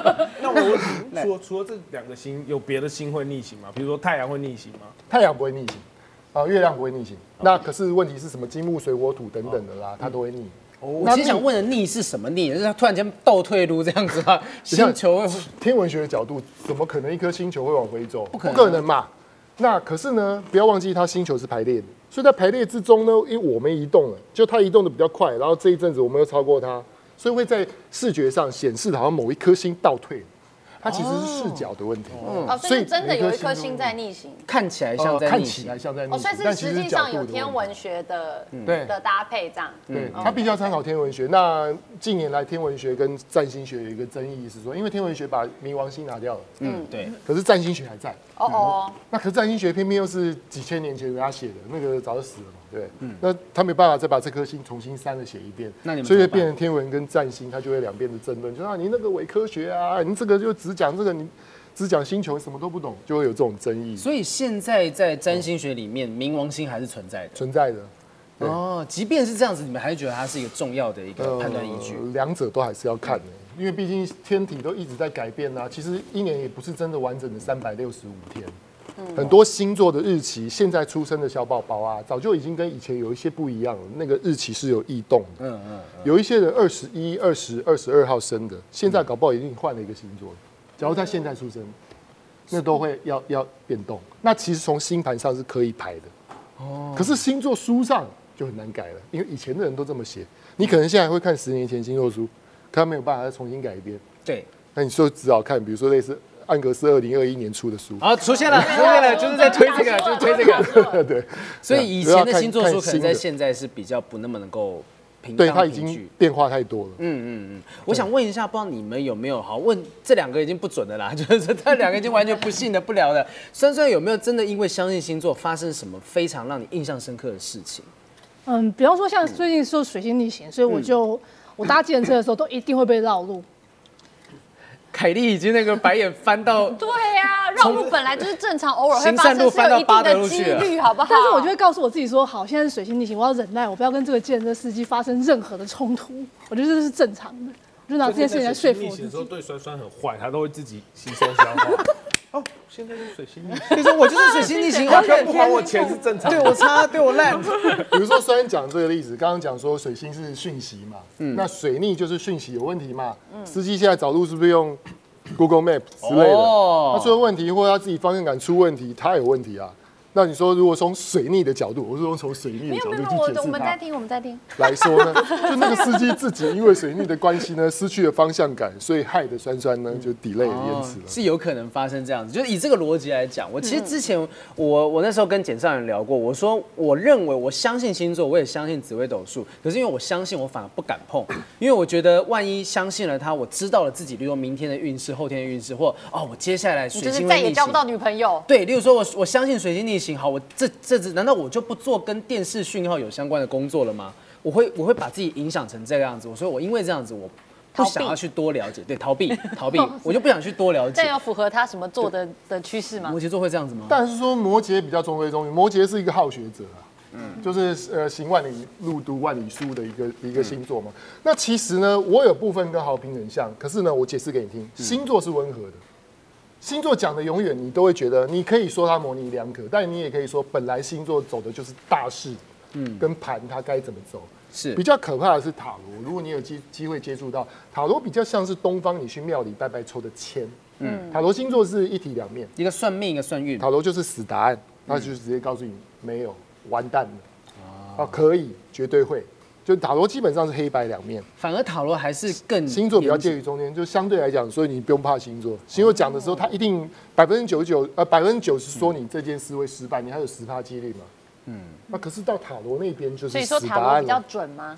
Speaker 3: 那我除除了这两个星，有别的星会逆行吗？比如说太阳会逆行吗？
Speaker 2: 太阳不会逆行，啊，月亮不会逆行。那可是问题是什么？金木水火土等等的啦，它都会逆。
Speaker 1: 我其实想问的逆是什么逆？就是他突然间倒退路这样子 吗？
Speaker 2: 啊
Speaker 1: 星球会
Speaker 2: 天文学的角度，怎么可能一颗星球会往回走？不
Speaker 1: 可能啊
Speaker 2: 嘛。那可是呢，不要忘记它星球是排列的，所以在排列之中呢，因为我们移动了，就它移动的比较快，然后这一阵子我们又超过它，所以会在视觉上显示好像某一颗星倒退了，它其实是视角的问题。
Speaker 4: 哦，所以
Speaker 2: 所以
Speaker 4: 是真的有一
Speaker 2: 每
Speaker 4: 颗
Speaker 2: 颗星
Speaker 4: 星在逆行。
Speaker 1: 看起来
Speaker 2: 呃
Speaker 1: 像在
Speaker 2: 看
Speaker 1: 逆
Speaker 2: 起
Speaker 1: 行
Speaker 2: 来。像在逆
Speaker 4: 哦，
Speaker 2: 行，
Speaker 4: 所以是
Speaker 2: 但其实
Speaker 4: 实际
Speaker 2: 角
Speaker 4: 上
Speaker 2: 度
Speaker 4: 有
Speaker 2: 的
Speaker 4: 天
Speaker 2: 问题嗯
Speaker 4: 文学的
Speaker 2: 对
Speaker 4: 的搭配这样。哦
Speaker 2: 对，它必须要参考天文学。那近年来天文学跟占星学有一个争议是说，因为天文学把冥王星拿掉了，
Speaker 1: 嗯，对。
Speaker 2: 可是占星学还在。
Speaker 4: 哦哦，
Speaker 2: 那可是占星学偏偏又是几千年前人家写的，那个早就死了嘛，对。那他没办法再把这颗星重新删了写一遍，
Speaker 1: 嗯那你们
Speaker 2: 所以
Speaker 1: 怎
Speaker 2: 就
Speaker 1: 么办
Speaker 2: 变成天文跟占星，它就会两边的争论，就说啊你那个伪科学啊，你这个就只讲这个，你只讲星球什么都不懂，就会有这种争议
Speaker 1: 所以现在在占星学里面，冥王星还是存在的。
Speaker 2: 存在的。对
Speaker 1: 哦，即便是这样子，你们还是觉得它是一个重要的一个
Speaker 2: 呃
Speaker 1: 判断依据。嗯
Speaker 2: 两者都还是要看的，因为毕竟天体都一直在改变啊。其实一年也不是真的完整的三百六十五天。
Speaker 1: 嗯
Speaker 2: 很多星座的日期，现在出生的小宝宝啊，早就已经跟以前有一些不一样了。那个日期是有异动的，
Speaker 1: 嗯嗯，
Speaker 2: 有一些人二十一、二十二、十二号生的，现在搞不好已经换了一个星座了。假如在现在出生，那都会要要变动。那其实从星盘上是可以排的，哦。可是星座书上就很难改了，因为以前的人都这么写。你可能现在会看十年前星座书，可他没有办法再重新改一遍，
Speaker 1: 对。
Speaker 2: 那你就只好看，比如说类似安格斯二零二一年 出的书。
Speaker 1: 好，出现了，出现了， 就是在推这 个，就是推这个。
Speaker 4: 个。
Speaker 2: 啊对，
Speaker 1: 所以以前的星座书可能在
Speaker 2: 看新的
Speaker 1: 现在是比较不那么能够平
Speaker 2: 对
Speaker 1: 当
Speaker 2: 它已
Speaker 1: 平
Speaker 2: 经
Speaker 1: 均。
Speaker 2: 变化太多了。
Speaker 1: 我想问一下，不知道你们有没有好问这两个已经不准的啦， 就是这两个已经完全不信的不聊的。酸酸有没有真的因为相信星座发生什么非常让你印象深刻的事情？
Speaker 5: 嗯，比方说像最近受水星逆行，所以
Speaker 3: 嗯
Speaker 5: 我就我搭计程车的时候都一定会被绕路，
Speaker 1: 凯莉已经那个白眼翻到
Speaker 4: 对呀，绕路本来就是正常，偶尔会发
Speaker 1: 行善路
Speaker 4: 生，是
Speaker 1: 翻到
Speaker 4: 有一定
Speaker 1: 八德路
Speaker 4: 的
Speaker 1: 去
Speaker 4: 几
Speaker 1: 了
Speaker 4: 率，好不好？
Speaker 5: 但是我就会告诉我自己说，好，现在是水星逆行，我要忍耐，我不要跟这个计程车司机发生任何的冲突，我觉得这是正常的，我啊就拿这件事情来说服
Speaker 3: 逆
Speaker 5: 我
Speaker 3: 行的
Speaker 5: 自
Speaker 3: 时候
Speaker 5: 己。
Speaker 3: 对酸酸很坏，他都会自己吸收消化。 哦，现在是水星逆行，
Speaker 1: 就说我就是水星逆行，
Speaker 3: 他
Speaker 1: 我
Speaker 3: 刚不还我钱是正常
Speaker 1: 对
Speaker 3: 的。
Speaker 1: 我差，对我烂。
Speaker 2: 比如说，虽然讲这个例子，刚刚讲说水星是讯息嘛，
Speaker 4: 嗯
Speaker 2: 那水逆就是讯息有问题嘛。司机现在找路是不是用 Google Map 之类的？
Speaker 1: 哦
Speaker 2: 他出了问题，或者他自己方向感出问题，他有问题啊。那你说，如果从水逆的角度，我是说从水逆
Speaker 4: 没
Speaker 2: 的
Speaker 4: 有
Speaker 2: 角
Speaker 4: 没
Speaker 2: 度
Speaker 4: 有没
Speaker 2: 去
Speaker 4: 有，
Speaker 2: 解
Speaker 4: 我我
Speaker 2: 释
Speaker 4: 们在
Speaker 2: 它
Speaker 4: 听，我们在听。
Speaker 2: 来说呢，就那个司机自己因为水逆的关系呢，失去了方向感，所以害得酸酸呢就 delay 了延
Speaker 4: 哦
Speaker 2: 迟了。
Speaker 1: 哦是有可能发生这样子。就是以这个逻辑来讲，我其
Speaker 4: 嗯
Speaker 1: 实之前我我那时候跟简上人聊过，我说我认为我相信星座，我也相信紫微斗数，可是因为我相信，我反而不敢碰，因为我觉得万一相信了它，我知道了自己，例如明天的运势、后天的运势，或哦，我接下来
Speaker 4: 你
Speaker 1: 水
Speaker 4: 就是
Speaker 1: 星
Speaker 4: 再
Speaker 1: 会逆
Speaker 4: 也交
Speaker 1: 行
Speaker 4: 不。到女朋友。
Speaker 1: 对，例如说我我相信水星逆行，好，我这这只难道我就不做跟电视讯号有相关的工作了吗？我会我会把自己影响成这个样子，所以我因为这样子我。不想
Speaker 4: 逃避
Speaker 1: 要去多了解，对，逃 避，逃
Speaker 2: 哦
Speaker 1: 避，我就不想去多了解
Speaker 4: 这。有符合他什么做的的趋势吗
Speaker 1: 摩？羯座会这样子吗？
Speaker 2: 但是说摩羯比较中规中矩，摩羯是一个好学者啊，嗯，就是呃行万里路读万里书的一个一个星座嘛。那嗯其实呢，我有部分跟好评很像，可是呢，我解释给你听，星座是温和的。星座讲的永远你都会觉得，你可以说它模棱两可，但你也可以说本来星座走的就是大势，嗯，跟盘它该怎么走。
Speaker 1: 是
Speaker 2: 比较可怕的是塔罗，如果你有机机会接触到塔罗，比较像是东方你去庙里拜拜抽的签，嗯，塔罗星座是一体两面，
Speaker 1: 一个算命，一个算运。
Speaker 2: 塔罗就是死答案，
Speaker 1: 嗯
Speaker 2: 那就是直接告诉你没有，完蛋了，啊，可以，绝对会。就塔罗基本上是黑白两面，
Speaker 1: 反而塔罗还是更
Speaker 2: 星座比较
Speaker 1: 严谨
Speaker 2: 介于中间，就相对来讲，所以你不用怕星座。星座讲的时候，它一定百分之九十九，呃，百分之九十说
Speaker 1: 嗯
Speaker 2: 你这件事会失败，你还有十趴几率嘛。嗯，那可是到塔罗那边就是
Speaker 4: 所以说
Speaker 2: 死
Speaker 4: 塔
Speaker 2: 答
Speaker 4: 罗
Speaker 2: 案
Speaker 4: 比较
Speaker 2: 了。
Speaker 4: 准吗？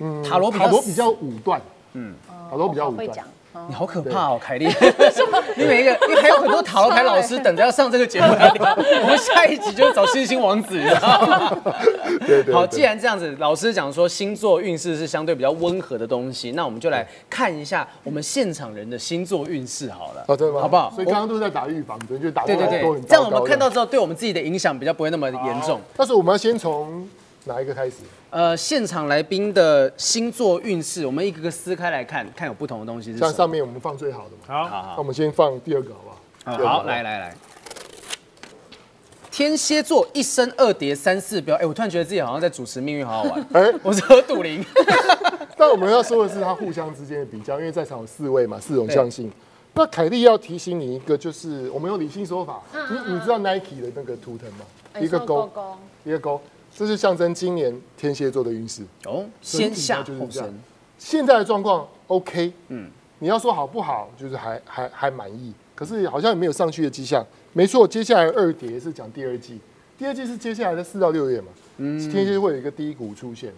Speaker 2: 嗯
Speaker 1: 塔罗比较
Speaker 2: 塔罗比较武断，嗯，塔罗比较
Speaker 4: 我
Speaker 2: 武
Speaker 4: 会
Speaker 2: 断
Speaker 4: 讲。。哦
Speaker 1: 你好可怕哦，凯莉！ 你每一个，因为还有很多塔罗牌老师等着要上这个节目来聊。我们下一集就是找星星王子。你知道吗
Speaker 2: 对对对。
Speaker 1: 好，既然这样子，老师讲说星座运势是相对比较温和的东西，那我们就来看一下我们现场人的星座运势好了。
Speaker 2: 哦，对吗？
Speaker 1: 好不好？
Speaker 2: 所以刚刚都是在打预防针，就打
Speaker 1: 对
Speaker 2: 过
Speaker 1: 对
Speaker 2: 来都
Speaker 1: 对
Speaker 2: 很，
Speaker 1: 这
Speaker 2: 糟
Speaker 1: 样
Speaker 2: 糕哦
Speaker 1: 我们看到。之后，对我们自己的影响比较不会那么严重。
Speaker 2: 但是我们要先从哪一个开始？
Speaker 1: 呃，现场来宾的星座运势，我们一个个撕开来看，看有不同的东西是什
Speaker 2: 像上
Speaker 1: 么。
Speaker 2: 面我们放最好的嘛。
Speaker 3: 好，
Speaker 1: 好
Speaker 2: 那
Speaker 1: 好
Speaker 2: 我们先放第二个好不好？
Speaker 1: 啊好，
Speaker 2: 对
Speaker 1: 啊好，来来来，天蝎座一生二叠三四标，哎、我突然觉得自己好像在主持《命运好好玩》
Speaker 2: 哎、
Speaker 1: 我是何笃林，
Speaker 2: 但我们要说的是它互相之间的比较，因为在场有四位嘛，四种象性。那凯莉要提醒你一个，就是我们有理性说法。你你知道 Nike 的那个图腾吗？一个
Speaker 4: 嗯勾
Speaker 2: 勾，
Speaker 4: 勾，
Speaker 2: 一个勾，这是象征今年天蝎座的运势。
Speaker 1: 哦， 先下
Speaker 2: 就
Speaker 1: 后
Speaker 2: 是这样
Speaker 1: 生，。
Speaker 2: 现在的状况 OK，嗯，你要说好不好，就是还还还满意，可是好像也没有上去的迹象。没错，接下来二叠是讲第二季，第二季是接下来的四到六月嘛，嗯，天蝎会有一个低谷出现。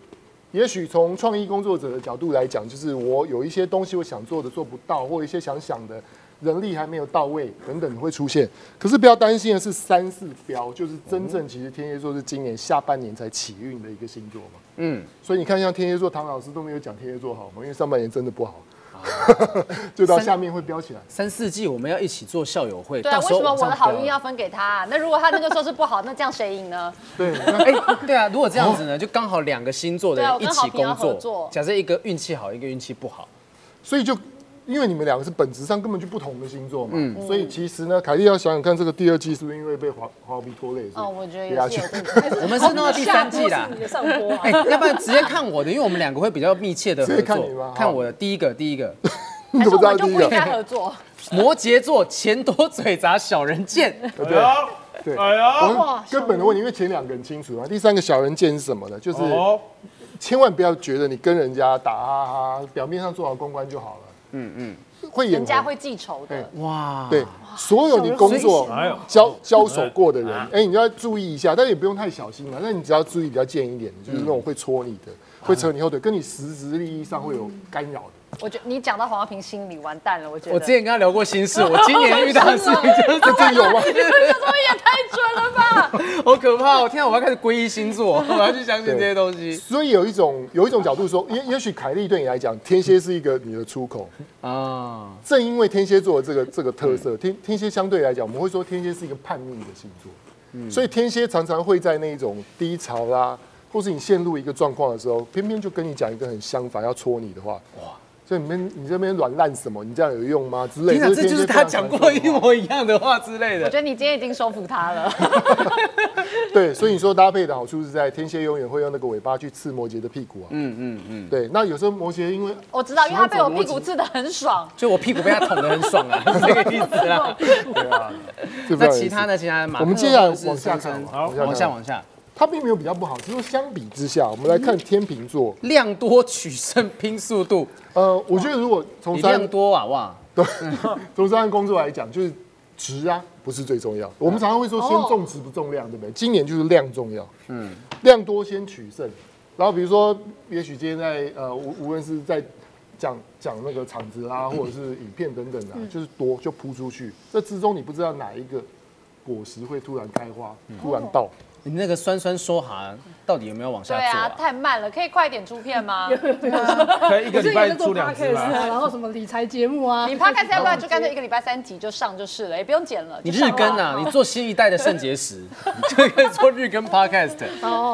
Speaker 2: 也许从创意工作者的角度来讲，就是我有一些东西我想做的做不到，或一些想想的人力还没有到位等等会出现。可是不要担心的是三四标，就是真正其实天蝎座是今年下半年才起运的一个星座嘛。
Speaker 1: 嗯，
Speaker 2: 所以你看，像天蝎座，唐老师都没有讲天蝎座好嘛，因为上半年真的不好，
Speaker 4: 哦
Speaker 2: 就到下面会飙起来。
Speaker 1: 三四季我们要一起做校友会，
Speaker 4: 对啊，
Speaker 1: 到
Speaker 4: 为
Speaker 1: 时候
Speaker 4: 什么我
Speaker 1: 往上
Speaker 4: 的好
Speaker 1: 飙
Speaker 4: 运要？分给他啊？那如果他那个时候是不好，那这样谁赢呢？
Speaker 2: 对，
Speaker 1: 哎、 对啊，如果这样
Speaker 2: 哦
Speaker 1: 子呢，就刚好两个星座的
Speaker 4: 对
Speaker 1: 人
Speaker 4: 啊我
Speaker 1: 一
Speaker 4: 跟
Speaker 1: 起
Speaker 4: 好朋友
Speaker 1: 工
Speaker 4: 合作哦
Speaker 1: 作，假设一个运气好，一个运气不好，
Speaker 2: 所以就因为你们两个是本质上根本就不同的星座嘛，
Speaker 4: 嗯
Speaker 2: 所以其实呢，凯莉要想想看，这个第二季是不是因为被华华比拖累？所以
Speaker 4: 哦，我觉得
Speaker 2: 跌下
Speaker 4: 也是
Speaker 2: 去
Speaker 4: 有。这种。
Speaker 1: 我们是弄到第三季
Speaker 6: 下
Speaker 1: 啦
Speaker 6: 播是。你的上播啊
Speaker 1: 哎、，要不然直接看我的，因为我们两个会比较密切的合
Speaker 2: 直接
Speaker 1: 作。
Speaker 2: 看你吗
Speaker 1: 我的第一个，第一个，
Speaker 2: 你
Speaker 4: 还
Speaker 2: 怎
Speaker 4: 是
Speaker 2: 么
Speaker 4: 我
Speaker 2: 知道
Speaker 4: 们就
Speaker 2: 第一
Speaker 4: 不
Speaker 2: 个？
Speaker 4: 应该合作。
Speaker 1: 摩羯座钱多嘴杂小人贱，
Speaker 3: 哎呦，
Speaker 2: 对，
Speaker 3: 哎
Speaker 2: 我
Speaker 3: 呦，
Speaker 2: 们根本的问题，因为前两个很清楚啊，第三个小人见是什么呢？就是
Speaker 3: 哦，
Speaker 2: 千万不要觉得你跟人家打哈哈，表面上做好公关就好了。嗯嗯，会眼
Speaker 4: 人
Speaker 2: 红
Speaker 4: 家会记仇的
Speaker 2: 哎。
Speaker 1: 哇，
Speaker 2: 对，所有你工作
Speaker 3: 哎呦，
Speaker 2: 交交手过的人，哎、你要注意一下，但也不用太小心了。那你只要注意比较贱一点的，就是那种会戳你的，
Speaker 3: 哎
Speaker 2: 会扯你后腿，跟你实质利益上会有干扰的。
Speaker 4: 我觉得你讲到黄耀平心里完蛋了，我觉得。
Speaker 1: 我之前跟他聊过心 事，我今年遇到的事哦情就是
Speaker 2: 这真有吗？
Speaker 4: 这也太准了吧！
Speaker 1: 好可怕、哦！天啊，我要开始皈依星座，我要去相信这些东西
Speaker 2: 所以有一种有一种角度说，也也许凯莉对你来讲，天蝎是一个你的出口。
Speaker 1: 啊。
Speaker 2: 正因为天蝎座的
Speaker 1: 嗯
Speaker 2: 这个这个特色，天天蝎相对来讲，我们会说天蝎是一个叛逆的星座，
Speaker 1: 嗯
Speaker 2: 所以天蝎常常会在那种低潮啦、或是你陷入一个状况的时候，偏偏就跟你讲一个很相反，要戳你的话，哇！所以你们你这边软烂什么？你这样有用吗？之类
Speaker 1: 天
Speaker 2: 的。
Speaker 1: 哪，这就是他讲过一
Speaker 2: 用。
Speaker 1: 模一样的话之类的
Speaker 4: 我觉。得你今天已经收服他了。
Speaker 2: 对，所以你说搭配的好处是在天蝎永远会用那个尾巴去刺摩羯的屁股啊。嗯嗯嗯。对，那有时候摩羯因为
Speaker 4: 我知道，因为他被我屁股刺得很 爽。
Speaker 1: 就我屁股被他捅得很爽 啊，是这个意思啦。
Speaker 2: 这
Speaker 1: 那其他？呢？其他马克
Speaker 2: 我们接下来
Speaker 1: 是
Speaker 2: 往下
Speaker 1: 先
Speaker 2: 看
Speaker 1: 生，
Speaker 2: 好
Speaker 1: 往下往下，
Speaker 2: 它并没有比较不好，只是说相比之下，我们来看天秤座。
Speaker 1: 量多取胜，拼速度，
Speaker 2: 呃，我觉得如果从
Speaker 1: 你
Speaker 2: 三
Speaker 1: 量多啊哇！
Speaker 2: 从这项工作来讲，就是值啊，不是最重要。我们常常会说先重质不重量，对不对？今年就是量重要，嗯，量多先取胜。然后比如说，也许今天在呃，无无论是在讲讲那个场子啊，或者是影片等等啊，就是多就扑出去。这之中你不知道哪一个果实会突然开花，突然爆。
Speaker 1: 你那个酸酸说哈，到底有没有往
Speaker 4: 对
Speaker 1: 下做
Speaker 4: 啊，
Speaker 1: 啊？
Speaker 4: 太慢了，可以快点出片吗？
Speaker 3: 可以一个
Speaker 5: 我最
Speaker 3: 礼
Speaker 5: 近也
Speaker 3: 拜
Speaker 5: 在
Speaker 3: 出
Speaker 5: 做
Speaker 3: 两只
Speaker 5: podcast
Speaker 3: 啦。
Speaker 5: 啊，然后什么理财节目啊，
Speaker 4: 你 p 开始要不要就干脆一个礼拜三集就上就是了，也不用剪了。
Speaker 1: 你
Speaker 4: 就
Speaker 1: 日
Speaker 4: 上
Speaker 1: 更
Speaker 4: 吧
Speaker 1: 啊，你做新一代的肾结石， 你就可以做日更 podcast。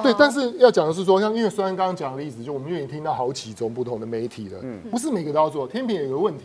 Speaker 2: 对，但是要讲的是说，像因为虽然刚刚讲的例子，就我们就已经听到好几种不同的媒体了，不是每个都要做。天平有个问题，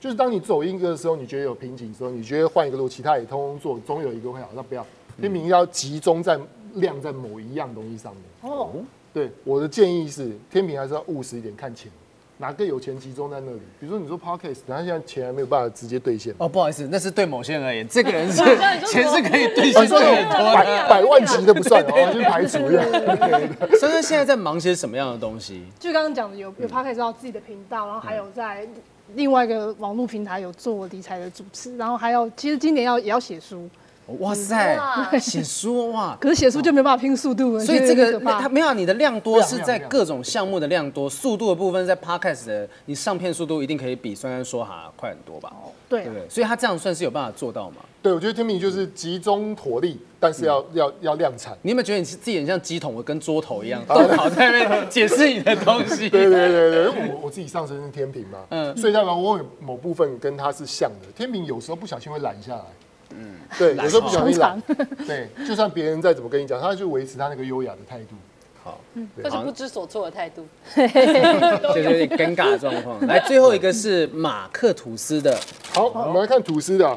Speaker 2: 就是当你走一个的时候，你觉得有瓶颈的时候，你觉得换一个路，其他也通通做，总有一个会好。那不要，天平要集中在量在某一样东西上面。
Speaker 4: 哦，
Speaker 2: 对，我的建议是，天平还是要务实一点，看钱，哪个有钱集中在那里。比如说你说 podcast，但是现在钱还没有办法直接兑现。
Speaker 1: 哦，不好意思，那是对某些人 而言，这个人是
Speaker 4: 对就是
Speaker 1: 钱
Speaker 4: 说
Speaker 1: 是可以兑现
Speaker 2: 哦，你说那
Speaker 1: 的。
Speaker 2: 种百百万级的不算哦，先排除一下。
Speaker 1: 所以现在在忙些什么样的东西？
Speaker 5: 就刚刚讲的有
Speaker 3: 嗯
Speaker 5: 有 p o d c a s 到自己的频道，然后还有在另外一个网络平台有做理财的主持，然后还有其实今年要也要写书，
Speaker 1: 哦哇塞，
Speaker 4: 哇
Speaker 1: 写书哇！
Speaker 5: 可
Speaker 3: 哦
Speaker 5: 是写书就没办法拼速度了，
Speaker 1: 所以
Speaker 5: 就
Speaker 1: 这
Speaker 5: 有点
Speaker 1: 个
Speaker 5: 可
Speaker 1: 那
Speaker 5: 怕
Speaker 1: 它没有啊你的量多
Speaker 2: 量
Speaker 1: 是
Speaker 2: 量
Speaker 1: 在
Speaker 2: 量
Speaker 1: 各种项目的量多，速度的部分在 podcast 的你上片速度一定可以比酸酸说哈快很多吧？
Speaker 5: 对
Speaker 1: 对
Speaker 5: 啊
Speaker 1: 不对？所以他这样算是有办法做到吗？
Speaker 2: 对，我觉得天平就是集中火力，但是要要要量产。
Speaker 1: 你有没有觉得你自己很像鸡桶，我跟桌头一样，都好在那边解释你的东西？
Speaker 2: 对对对嗯对，因为我我自己上身是天平嘛，所以代表我有某部分跟他是像的。天平有时候不小心会懒下来，嗯，对，有时候不小心懒，对，就算别人再怎么跟你讲，他就维持他那个优雅的态度。
Speaker 1: 好，
Speaker 4: 这是不知所措的态度。
Speaker 1: 这就有点尴尬的状况。来，最后一个是马克吐斯的
Speaker 2: 好，我们来看吐司的啊，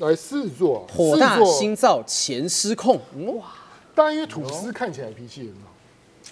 Speaker 2: 来狮子座啊，
Speaker 1: 火大
Speaker 2: 狮子座
Speaker 1: 心躁前失控，嗯哇，
Speaker 2: 但因为吐司看起来脾气很好，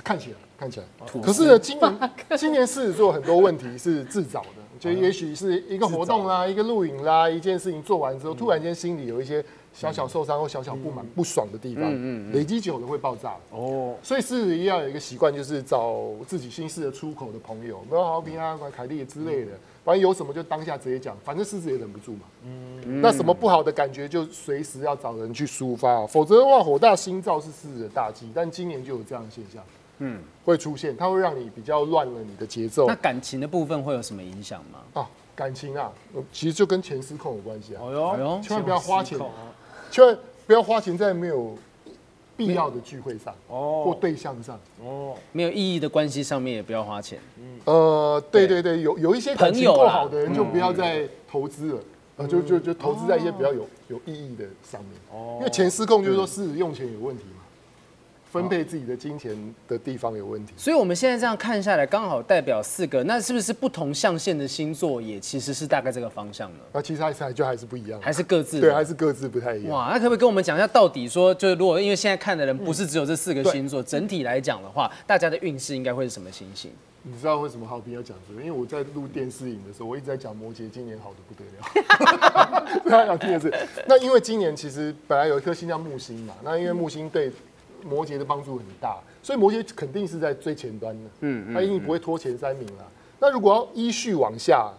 Speaker 2: 看起来看起来，可是呢，今年今年狮子座很多问题是自找的，就也许是一个活动啦，一个录影啦，一件事情做完之后，突然间心里有一些小小受伤或小小不满、不爽的地方，累积久了会爆炸。
Speaker 3: 哦，
Speaker 2: 所以狮子一定要有一个习惯，就是找自己心事的出口的朋友，没有好平啊、凯莉之类的，反正有什么就当下直接讲，反正狮子也忍不住嘛。
Speaker 3: 嗯
Speaker 2: 那什么不好的感觉就随时要找人去抒发、否则的话，火大心燥是狮子的大忌，但今年就有这样的现象，嗯，会出现，它会让你比较乱了你的节奏
Speaker 1: 那感情的部分会有什么影响吗？
Speaker 2: 啊，感情啊，呃其实就跟钱失控有关系啊，
Speaker 3: 哦
Speaker 1: 哎呦
Speaker 3: 哟，
Speaker 2: 千万不要花钱
Speaker 3: 失控啊
Speaker 2: 千万不要花钱在没有必要的聚会上
Speaker 3: 哦
Speaker 2: 或对象上，
Speaker 3: 哦，
Speaker 1: 没有意义的关系上面也不要花钱。
Speaker 2: 呃，对
Speaker 1: 对
Speaker 2: 对对，有有一些感
Speaker 1: 朋
Speaker 2: 情
Speaker 1: 友
Speaker 2: 够
Speaker 1: 啦嗯
Speaker 2: 好的人就不要再投资了，啊，就就就投资在一些比较
Speaker 1: 哦
Speaker 2: 有有意义的上面。哦，因为钱失控就是说是用钱有问题嘛，
Speaker 1: 嗯
Speaker 2: 分配自己的金钱的地方有问题。
Speaker 1: 所以我们现在这样看下来，刚好代表四个，那是不是不同象限的星座也其实是大概这个方向呢？
Speaker 2: 那其实还是还就还是不一样，
Speaker 1: 还是各自
Speaker 2: 对，还
Speaker 1: 是
Speaker 2: 是各自不太一样。
Speaker 1: 哇，那可不可以跟我们讲一下，到底说就是如果因为现在看的人不是只有这四个星座，整体来讲的话，大家的运势应该会是什么星星？
Speaker 2: 你知道为什么浩斌要讲这个？因为我在录电视影的时候，我一直在讲摩羯今年好的不得了。 他想听的是，那因为今年其实本来有一颗星叫木星嘛，那因为木星对摩羯的帮助很大，所以摩羯肯定是在最前端的，嗯，他一定不会拖前三名啦。那如果要依序往下，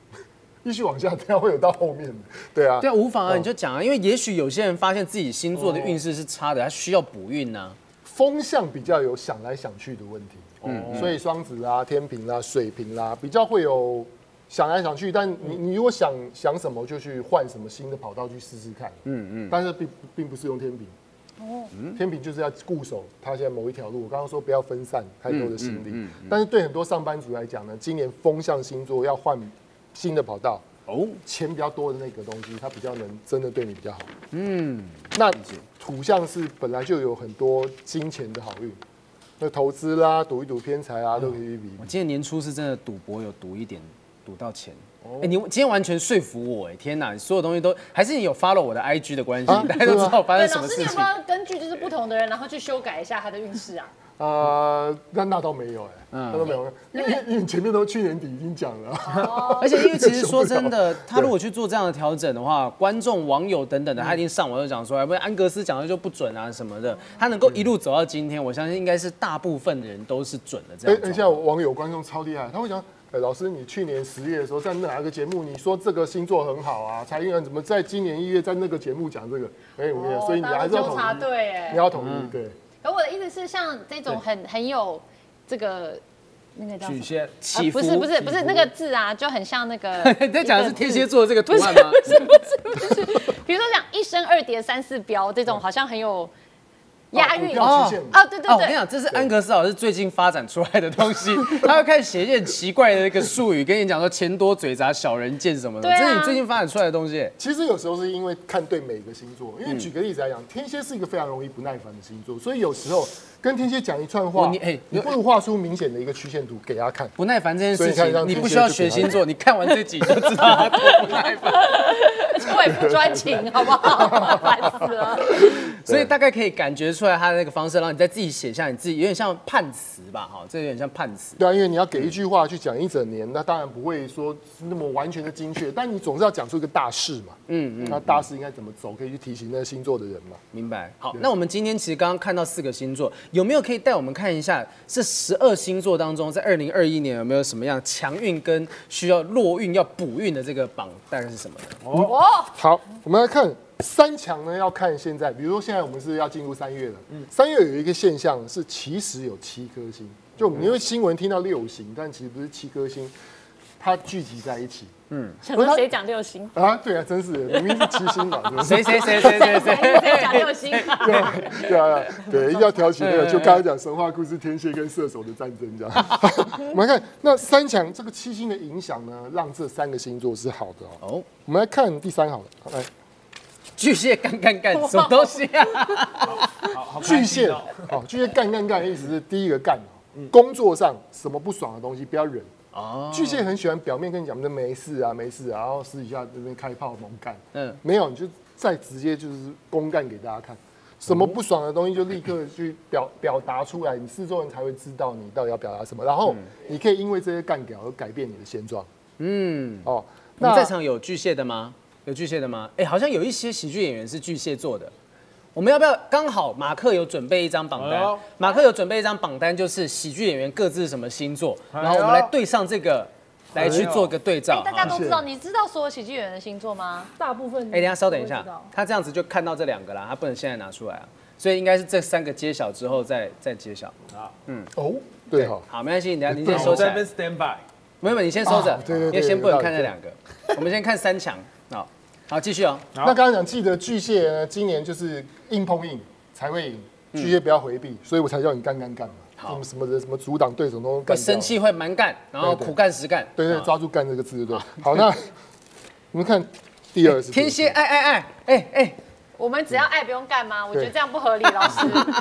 Speaker 2: 依序往下，当然会有到后面的，对啊，
Speaker 1: 对啊，哦无妨啊，你就讲啊，因为也许有些人发现自己星座的运势是差的，他需要补运啊呐。
Speaker 2: 风向比较有想来想去的问题，嗯，所以双子啊、天平啦、水瓶啦，比较会有想来想去。但你你如果想想什么，就去换什么新的跑道去试试看，嗯嗯。但是并并不是用天平，哦，天平就是要固守他现在某一条路。我刚刚说不要分散太多的心力，但是对很多上班族来讲呢，今年风向星座要换新的跑道，
Speaker 1: 哦，
Speaker 2: 钱比较多的那个东西，它比较能真的对你比较好。嗯，那土象是本来就有很多金钱的好运，那投资啦、赌一赌偏财啊，都可以比。
Speaker 1: 哦我今年年初是真的赌博有赌一点，赌到钱。
Speaker 2: 哦
Speaker 1: 哎、你今天完全说服我哎、天哪，所有东西都还是你有 follow 我的 IG 的关系，
Speaker 2: 啊
Speaker 1: 大家都知道发
Speaker 4: 对，
Speaker 1: 生什
Speaker 4: 老
Speaker 1: 么
Speaker 4: 师，你
Speaker 1: 事
Speaker 4: 有
Speaker 1: 情
Speaker 4: 没。有根据就是不同的人，然后去修改一下他的运势啊？
Speaker 2: 呃，那那倒没有哎、那倒没有，因为因为你前面都去年底已经讲了啊，
Speaker 4: 哦
Speaker 1: 而且因为其实说真的，他如果去做这样的调整的话，观众、网友等
Speaker 2: 嗯
Speaker 1: 等的，他一定上网就讲说，哎，不然安格斯讲的就不准啊什么的。他能够
Speaker 2: 嗯
Speaker 1: 一路走到今天，我相信应该是大部分的人都是准的这
Speaker 2: 哎
Speaker 1: 样。哦
Speaker 2: 等一下，网友观众超厉害，他会讲。哎，老师，你去年十月的时候在哪个节目？你说这个星座很好啊，财运啊怎么在今年一月在那个节目讲这个？哎，我跟你
Speaker 4: 哦
Speaker 2: 讲，所以你还是要
Speaker 4: 纠
Speaker 2: 统
Speaker 4: 察
Speaker 2: 一，
Speaker 4: 队
Speaker 2: 你
Speaker 4: 哎。
Speaker 2: 要统一，对。
Speaker 4: 而我的意思是，像这种很很有这个那个叫什
Speaker 3: 曲
Speaker 4: 么
Speaker 3: 线
Speaker 4: 啊
Speaker 1: 起伏、。
Speaker 4: 不是不是不是那个字啊，就很像那个
Speaker 1: 你在讲的是天蝎座的这个图案吗？哦
Speaker 4: 比如说讲一生二叠三四标这种，好像很有押韵
Speaker 2: 股票曲线
Speaker 4: 啊，对对
Speaker 1: 哦，我跟你
Speaker 4: 对，
Speaker 1: 讲，这是安格斯老师最近发展出来的东西， 他会开始写一些很奇怪的那个术语，跟你讲说钱多嘴杂、小人贱什么的，
Speaker 4: 对啊
Speaker 1: 这是你最近发展出来的东西。
Speaker 2: 其实有时候是因为看对每个星座，因为举个例子来讲，天蝎是一个非常容易不耐烦的星座，所以有时候跟天蝎讲一串
Speaker 1: 我
Speaker 2: 话
Speaker 1: 你哎，
Speaker 2: 你不如画出明显的一个曲线图给他看。
Speaker 1: 不耐烦这件事
Speaker 2: 所以看
Speaker 1: 情，
Speaker 2: 上去
Speaker 1: 你不需要学星座，你看完这集就 知道 他多不耐烦。
Speaker 4: 我也不专情，好不 好？烦死了。
Speaker 1: 所以大概可以感觉出来他的那个方式，然后你再自己写下你自己，有点像判词吧，哈，这有点像判词。
Speaker 2: 对啊，因为你要给一句话去讲一整年，那当然不会说那么完全的精确，但你总是要讲出一个大势嘛。嗯嗯。那大势应该怎么走，可以去提醒那个星座的人嘛。
Speaker 1: 明白。好，那我们今天其实刚刚看到四个星座，有没有可以带我们看一下这十二星座当中，在二零二一年有没有什么样强运跟需要落运、要补运的这个榜大概是什么呢？
Speaker 4: 哦，
Speaker 2: 好，我们来看三强呢，要看现在，比如说现在我们是要进入三月了，三月有一个现象是，其实有七颗星，就我们因为新闻听到六星，但其实不是七颗星，它聚集在一起
Speaker 4: 想说谁讲六星？
Speaker 2: 啊，对啊，真是的明明是七星嘛，对不对
Speaker 1: 谁谁谁谁谁谁？
Speaker 4: 谁讲六星？
Speaker 2: 对啊，对，一定要挑起那个，就刚才讲神话故事，天蝎跟射手的战争这样。 我们来看那三强这个七星的影响呢，让这三个星座是好的哦。
Speaker 1: 哦，
Speaker 2: 我们来看第三好了，好来
Speaker 1: 巨蟹干干干，什么东西啊？
Speaker 3: 好好开
Speaker 2: 巨
Speaker 3: 心
Speaker 2: 蟹
Speaker 3: 哦，
Speaker 2: 好，巨蟹干干干的意思是第一个干，哦工作上什么不爽的东西不要忍。
Speaker 1: 哦
Speaker 2: 巨蟹很喜欢表面跟你讲，那没事啊，没事啊，然后私底下这边开炮猛干。
Speaker 1: 嗯
Speaker 2: 嗯，没有，你就再直接就是公干给大家看，什么不爽的东西就立刻去表表达出来，你四周人才会知道你到底要表达什么。然后你可以因为这些干掉而改变你的现状。嗯，哦，
Speaker 1: 我们在场有巨蟹的吗？有巨蟹的吗？哎，好像有一些喜剧演员是巨蟹座的。我们要不要刚好马克有准备一张榜
Speaker 3: 哎
Speaker 1: 单
Speaker 3: 呦？
Speaker 1: 马克有准备一张榜单，就是喜剧演员各自是什么星座，
Speaker 3: 哎
Speaker 1: 然后我们来对上这个，来去做个对照。
Speaker 4: 哎大家都知道，你知道所有喜剧演员的星座吗？
Speaker 5: 大部分
Speaker 1: 哎、等一下稍等一下
Speaker 5: 都会知道，
Speaker 1: 他这样子就看到这两个啦，他不能现在拿出来啊，所以应该是这三个揭晓之后再再揭晓。
Speaker 2: 哦，对哈，
Speaker 1: 好，没关系，你等下你先
Speaker 2: 对
Speaker 1: 收
Speaker 3: 我
Speaker 1: 起
Speaker 3: 在
Speaker 1: 来
Speaker 3: 那边，stand by。
Speaker 1: 没有，没有你先收着
Speaker 2: 啊，对对对
Speaker 1: 因为先不能看这
Speaker 2: 有道
Speaker 1: 两个，我们先看三 强，好，好继续哦，
Speaker 3: 好
Speaker 2: 那刚刚讲，记得巨蟹呢，今年就是硬碰硬才会赢，巨蟹不要回避，
Speaker 1: 嗯
Speaker 2: 所以我才叫你干干干嘛，什么什么的，什么阻挡对手都干掉
Speaker 1: 会生气，会蛮干，然后
Speaker 2: 对对
Speaker 1: 苦干实干，
Speaker 2: 对对，
Speaker 1: 好
Speaker 2: 抓住干这个字，对不对？好，那 我们看第二是
Speaker 1: 天蝎，爱爱爱，哎哎，
Speaker 4: 我们只要爱不用干吗？我觉得
Speaker 2: 对
Speaker 4: 这样不合理，老师，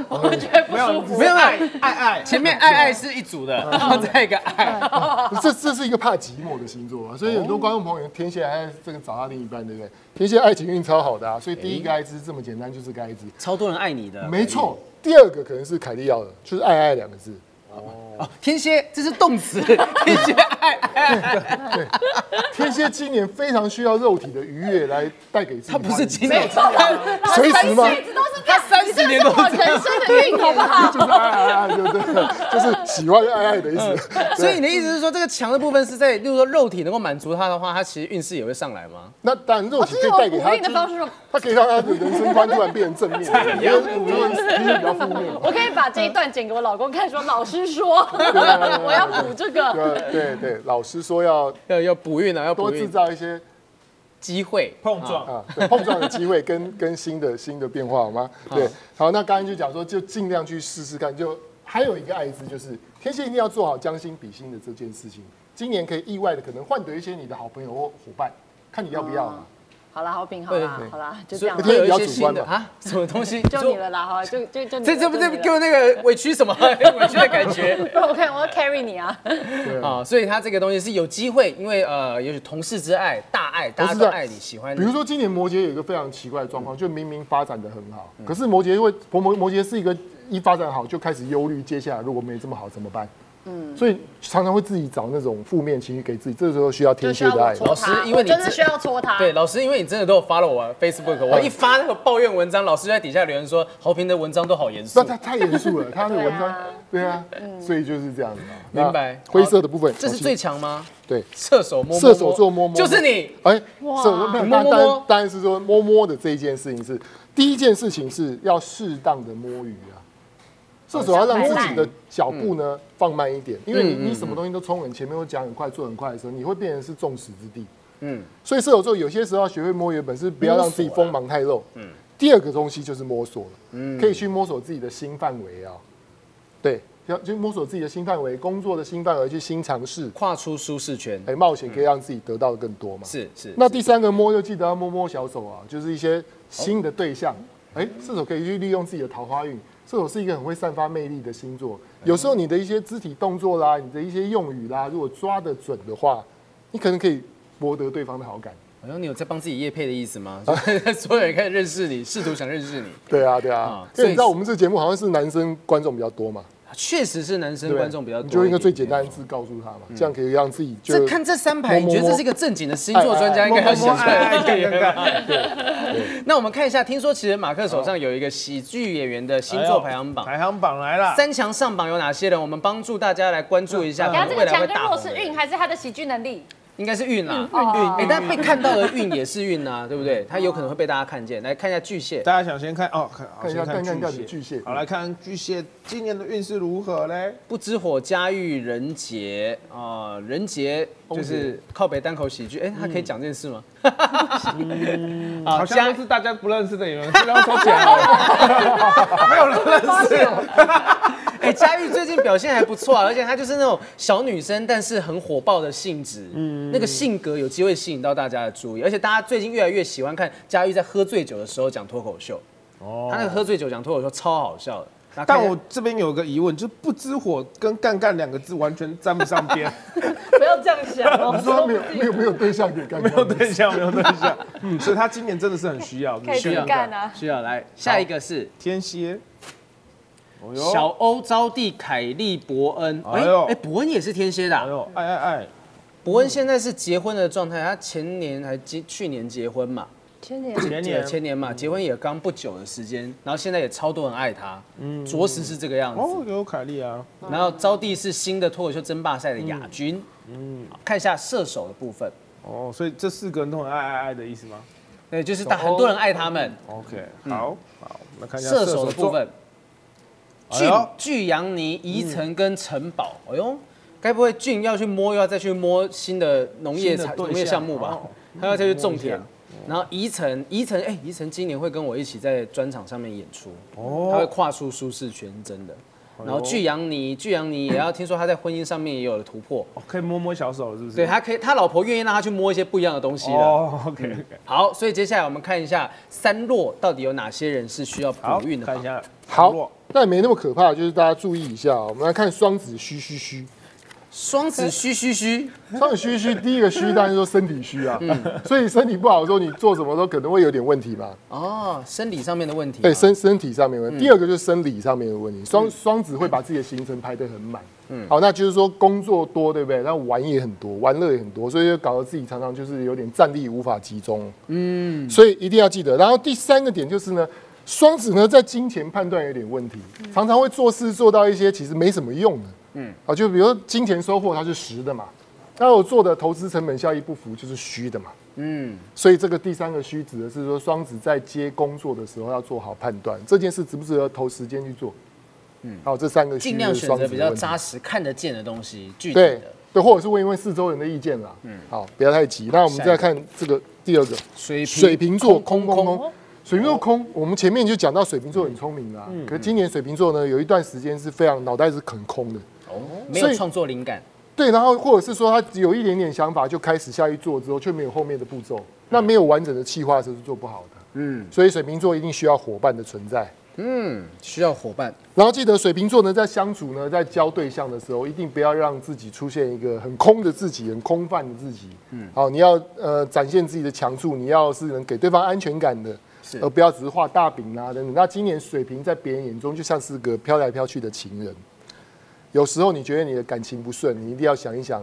Speaker 4: 我觉得不舒服。
Speaker 1: 没有没有，
Speaker 3: 爱爱，
Speaker 1: 前面爱爱是一组
Speaker 2: 啊
Speaker 1: 的，然后再一个爱，啊
Speaker 2: 这这是一个怕寂寞的星
Speaker 1: 哦
Speaker 2: 座啊，所以很多观众朋友，天蝎还在这个找他另一半，对不对？天蝎爱情运超好的啊，所以第一个爱字这么简单，就是个爱字，
Speaker 1: 超多人爱你的，
Speaker 2: 没错。第二个可能是凯莉要的，就是爱爱两个字，
Speaker 1: 哦，天蝎这是动 词，天蝎爱爱，
Speaker 2: 天蝎今年非常需要肉体的愉悦来带给自己
Speaker 1: 他
Speaker 2: 欢愉。
Speaker 1: 不是今年，
Speaker 4: 错
Speaker 2: 他随时吗
Speaker 4: 一辈子都是这样，
Speaker 1: 他30
Speaker 4: 你这个
Speaker 1: 年
Speaker 4: 是
Speaker 1: 都
Speaker 4: 我
Speaker 1: 是这样
Speaker 4: 人生的运，好不 好？
Speaker 2: 就是爱爱爱，对不对？就是喜欢爱爱的意思。
Speaker 1: 所以你的意思是说，这个强的部分是在，例如说肉体能够满足他的话，他其实运势也会上来吗？
Speaker 2: 那当然，肉
Speaker 4: 我
Speaker 2: 体
Speaker 4: 是
Speaker 2: 可以
Speaker 4: 用
Speaker 2: 带给他
Speaker 4: 鼓励，的方式说，
Speaker 2: 他可以让他的人生观突然变成正面，因为我们因为比较负面嘛。
Speaker 4: 我可以把这一段剪给我老公看，说老师说， 我要补这个。
Speaker 2: 对对对，老师说要
Speaker 1: 要要补运啊，要
Speaker 2: 多
Speaker 1: 补
Speaker 2: 制
Speaker 1: 运
Speaker 2: 造一些
Speaker 1: 机会
Speaker 3: 碰撞
Speaker 2: 啊对碰撞的机会跟， 跟新的新的变化，好吗？对，好，那刚才就讲说，就尽量去试试看。就还有一个爱字，就是天蝎一定要做好将心比心的这件事情。今年可以意外的可能换得一些你的好朋友或伙伴，看你要不要啊。
Speaker 4: 好啦，好评，好啦
Speaker 2: 对，
Speaker 4: 好啦，就
Speaker 1: 所
Speaker 4: 这
Speaker 1: 以
Speaker 4: 样
Speaker 2: 所
Speaker 1: 会
Speaker 2: 以
Speaker 4: 啦，
Speaker 1: 有
Speaker 2: 比
Speaker 1: 一
Speaker 2: 较
Speaker 1: 些
Speaker 2: 主
Speaker 1: 新
Speaker 2: 观
Speaker 1: 的
Speaker 2: 嘛
Speaker 1: 啊，什么 东西？
Speaker 4: 就你了啦，好吧，就就就你了
Speaker 1: 这这不
Speaker 4: 就
Speaker 1: 这不
Speaker 4: 你了
Speaker 1: 给我那个委屈 什么委屈的感觉
Speaker 4: 不然我看我要 carry 你啊，
Speaker 1: 啊？所以他这个东西是有机会，因为呃，也许同事之爱、大爱，大家
Speaker 2: 同事
Speaker 1: 都
Speaker 2: 之爱
Speaker 1: 爱你、喜欢你。
Speaker 2: 比如说，今年摩羯有一个非常奇怪的状况，就明明发展的很好，可是摩羯会摩摩摩羯是一个一发展好就开始忧虑，接下来如果没这么好怎么办？嗯，所以常常会自己找那种负面情绪给自己，这时候需要
Speaker 4: 就
Speaker 2: 天
Speaker 4: 需
Speaker 2: 蝎
Speaker 4: 要
Speaker 2: 的
Speaker 4: 我
Speaker 2: 爱。
Speaker 4: 戳
Speaker 1: 老
Speaker 4: 他，
Speaker 1: 师因为
Speaker 4: 我
Speaker 1: 你
Speaker 4: 真的
Speaker 1: 这
Speaker 4: 需要戳他。
Speaker 1: 对，老师，因为你真的都有 follow 我 Facebook，我一发那个抱怨文章，老师就在底下留言说，侯平的文章都好严肃
Speaker 2: 那。他太严肃 了，他的文章，对啊，所以就是这样子嘛。
Speaker 1: 明白
Speaker 2: 那灰色的部分，
Speaker 1: 这是最强吗？
Speaker 2: 对。
Speaker 1: 射手摸摸摸
Speaker 2: 射手座摸摸，
Speaker 1: 就是你。
Speaker 2: 哎，射手没
Speaker 1: 摸
Speaker 2: 有，
Speaker 1: 摸
Speaker 2: 当
Speaker 1: 摸
Speaker 2: 当当然是说摸摸的这一件事情是第一件事情是要适当的摸鱼啊。射手要让自己的脚步
Speaker 1: 哦
Speaker 2: 呢放慢一点，因为
Speaker 1: 嗯
Speaker 2: 你你什么东西都冲很前面，或讲很快、做很快的时候，你会变成是众矢之的。嗯，所以射手座有些时候要学会摸鱼，本是不要让自己锋芒太露。嗯，第二个东西就是摸索了，嗯，可以去摸索自己的新范围啊，对，要就摸索自己的新范围，工作的新范围，去新尝试，
Speaker 1: 跨出舒适圈，
Speaker 2: 哎，冒险可以让自己得到的更多嘛。
Speaker 1: 是是。
Speaker 2: 那第三个摸就记得要摸摸小手啊，就是一些新的对象。哎，射手可以去利用自己的桃花运。射手是一个很会散发魅力的星座，有时候你的一些肢体动作啦，你的一些用语啦，如果抓得准的话，你可能可以博得对方的好感。
Speaker 1: 好像你有在帮自己业配的意思吗？就是 所有人开始认识你，试图想认识你，
Speaker 2: 对啊，对啊
Speaker 1: 啊，
Speaker 2: 因为你知道
Speaker 1: 所以
Speaker 2: 我们这节目好像是男生观众比较多嘛，
Speaker 1: 确实是男生
Speaker 2: 对
Speaker 1: 观众比较多
Speaker 2: 你
Speaker 1: 一
Speaker 2: 就
Speaker 1: 点。嗯
Speaker 2: 用一个最简单的字告诉他嘛，这样可以让自己就
Speaker 1: 这看这三排，
Speaker 2: 摸
Speaker 1: 你
Speaker 2: 摸
Speaker 1: 觉得这是一个正经的星座专家应该要想出来。
Speaker 3: 哎，看看看，
Speaker 1: 那我们看一下，听说其实马克手上有一个喜剧演员的星座排行榜，
Speaker 3: 哦排行榜来了。
Speaker 1: 三强上榜有哪些人？我们帮助大家来关注一下，
Speaker 4: 然后
Speaker 1: 可
Speaker 4: 这
Speaker 1: 能未来
Speaker 4: 个强
Speaker 1: 会
Speaker 4: 跟
Speaker 1: 大
Speaker 4: 弱
Speaker 1: 红
Speaker 4: 是
Speaker 1: 的
Speaker 4: 运
Speaker 1: 人。
Speaker 4: 还是他的喜剧能力？
Speaker 1: 应该是运啦，
Speaker 4: 哦
Speaker 1: 哎，但被看到的运也是运 啊，对不对？他有可能会被大家看见。来看一下巨蟹，
Speaker 3: 大家想先看哦，看好
Speaker 2: 看一下
Speaker 3: 先看
Speaker 2: 看看看
Speaker 3: 巨
Speaker 2: 巨蟹
Speaker 3: 蟹，好来看巨蟹今年的运势如何嘞？
Speaker 1: 不知火家喻人杰啊，人杰
Speaker 3: 哦
Speaker 1: 就是靠北单口喜剧，哎，他可以讲这件事吗？
Speaker 3: 嗯好
Speaker 1: 加
Speaker 3: 像都是大家不认识的演员，不要收钱哦，没有人认识。
Speaker 1: 哎，佳玉最近表现还不错啊，而且她就是那种小女生，但是很火爆的性质，嗯，那个性格有机会吸引到大家的注意，而且大家最近越来越喜欢看佳玉在喝醉酒的时候讲脱口秀，哦，她那个喝醉酒讲脱口秀超好笑的。那看
Speaker 3: 但
Speaker 1: 一下
Speaker 3: 我这边有个疑问，就是不知火跟干干两个字完全沾不上 边，
Speaker 5: 不要这样想哦。
Speaker 2: 你说他没有没有没有对象可以干，
Speaker 3: 没有对象，没有对象， 嗯，所以他今年真的是很需要，
Speaker 4: 可以
Speaker 1: 需要
Speaker 4: 自己干啊！
Speaker 1: 需要来下一个是
Speaker 3: 天蝎，哦哟
Speaker 1: 小，欧招娣凯利伯恩，哎
Speaker 3: 哎呦
Speaker 1: 哎，伯恩也是天蝎的
Speaker 3: 哎
Speaker 1: 啊，
Speaker 3: 呦，爱爱爱，
Speaker 1: 伯恩现在是结婚的状态，他前年还结去年结婚嘛，
Speaker 4: 前年
Speaker 3: 前
Speaker 1: 对
Speaker 3: 年
Speaker 1: 前年嗯嘛，结婚也刚不久的时间，然后现在也超多人爱他，嗯，着实是这个样
Speaker 3: 哦
Speaker 1: 子。，
Speaker 3: 有凯莉啊，
Speaker 1: 然后招娣是新的脱口秀争霸赛的亚军，嗯，看一下射手的部分，
Speaker 3: 哦，所以这四个人都很爱爱爱的意思吗
Speaker 1: 对，就是大很多人爱他们。
Speaker 3: ？OK，好，好，我们看一
Speaker 1: 嗯
Speaker 3: 下
Speaker 1: 射手的部
Speaker 3: 座，
Speaker 1: 分，
Speaker 3: 哎
Speaker 1: 俊
Speaker 3: 呦
Speaker 1: 巨阳尼、宜城跟城堡，哎呦，该不会俊要去摸，又要再去摸新的农业
Speaker 3: 新的
Speaker 1: 产
Speaker 3: 对
Speaker 1: 农业
Speaker 3: 象
Speaker 1: 项目吧
Speaker 3: 哦？
Speaker 1: 他要再去种
Speaker 3: 摸一
Speaker 1: 田
Speaker 3: 下。
Speaker 1: 然后宜城，宜城，哎，宜城今年会跟我一起在专场上面演出。他会
Speaker 3: 哦，哎
Speaker 1: 跨出舒适圈，真的。
Speaker 3: 呦
Speaker 1: 然后巨阳尼，巨阳尼也要听说他在婚姻上面也有了突破，
Speaker 3: 哦可以摸摸小手了，是不是？
Speaker 1: 对他可以，他老婆愿意让他去摸一些不一样的东西的。
Speaker 3: 哦，OK，
Speaker 1: 嗯好，所以接下来我们看一下三落到底有哪些人是需要
Speaker 3: 好，
Speaker 1: 补运的吧
Speaker 3: 看一。下，
Speaker 2: 好，那也没那么可怕，就是大家注意一下啊。我们来看双子虚虚虚，
Speaker 1: 双子虚虚虚，
Speaker 2: 双子虚虚，第一个虚当然是说身体虚啊，所以身体不好的时候，你做什么都可能会有点问题嘛。
Speaker 1: 哦，生理上面的问题。
Speaker 2: 对，身身体上面的问题。第二个就是生理上面的问题，双双子会把自己的行程排得很满。嗯，好，那就是说工作多，对不对？那玩也很多，玩乐也很多，所以就搞得自己常常就是有点战力无法集中。嗯，所以一定要记得。然后第三个点就是呢，双子呢在金钱判断有点问题，常常会做事做到一些其实没什么用的。嗯，啊，就比如说金钱收获它是实的嘛，那我做的投资成本效益不符就是虚的嘛。
Speaker 1: 嗯
Speaker 2: 所以这个第三个虚指的是说，双子在接工作的时候要做好判断，这件事值不值得投时间去做。嗯，好，这三个虚
Speaker 1: 尽量
Speaker 2: 是
Speaker 1: 选
Speaker 2: 双子
Speaker 1: 择
Speaker 2: 的
Speaker 1: 比较
Speaker 2: 问题
Speaker 1: 扎实、看得见的东西，具体
Speaker 2: 对
Speaker 1: 的。
Speaker 2: 对，或者是问一问四周人的意见啦。嗯，好，不要太急。那我们再看这个第二个
Speaker 1: 水瓶
Speaker 2: 水瓶座
Speaker 1: 空空哦
Speaker 2: 空空
Speaker 1: 空
Speaker 2: 空，水瓶座空。我们前面就讲到水瓶座很聪明啦，
Speaker 1: 嗯
Speaker 2: 可是今年水瓶座呢，有一段时间是非常脑袋是很空的。
Speaker 1: 哦，没
Speaker 2: 所
Speaker 1: 有
Speaker 2: 以
Speaker 1: 创作灵感，
Speaker 2: 对，然后或者是说他只有一点点想法就开始下去做，之后却没有后面的步骤，那没有完整的计划是做不好的。嗯，所以水瓶座一定需要伙伴的存在。
Speaker 1: 需要伙伴。
Speaker 2: 然后记得水瓶座呢，在相处呢，在交对象的时候，一定不要让自己出现一个很空的自己，很空泛的自己。嗯，好，你要呃展现自己的强处，你要是能给对方安全感的，而不要只是画大饼啊等等。那今年水瓶在别人眼中就像是个飘来飘去的情人，有时候你觉得你的感情不顺，你一定要想一想，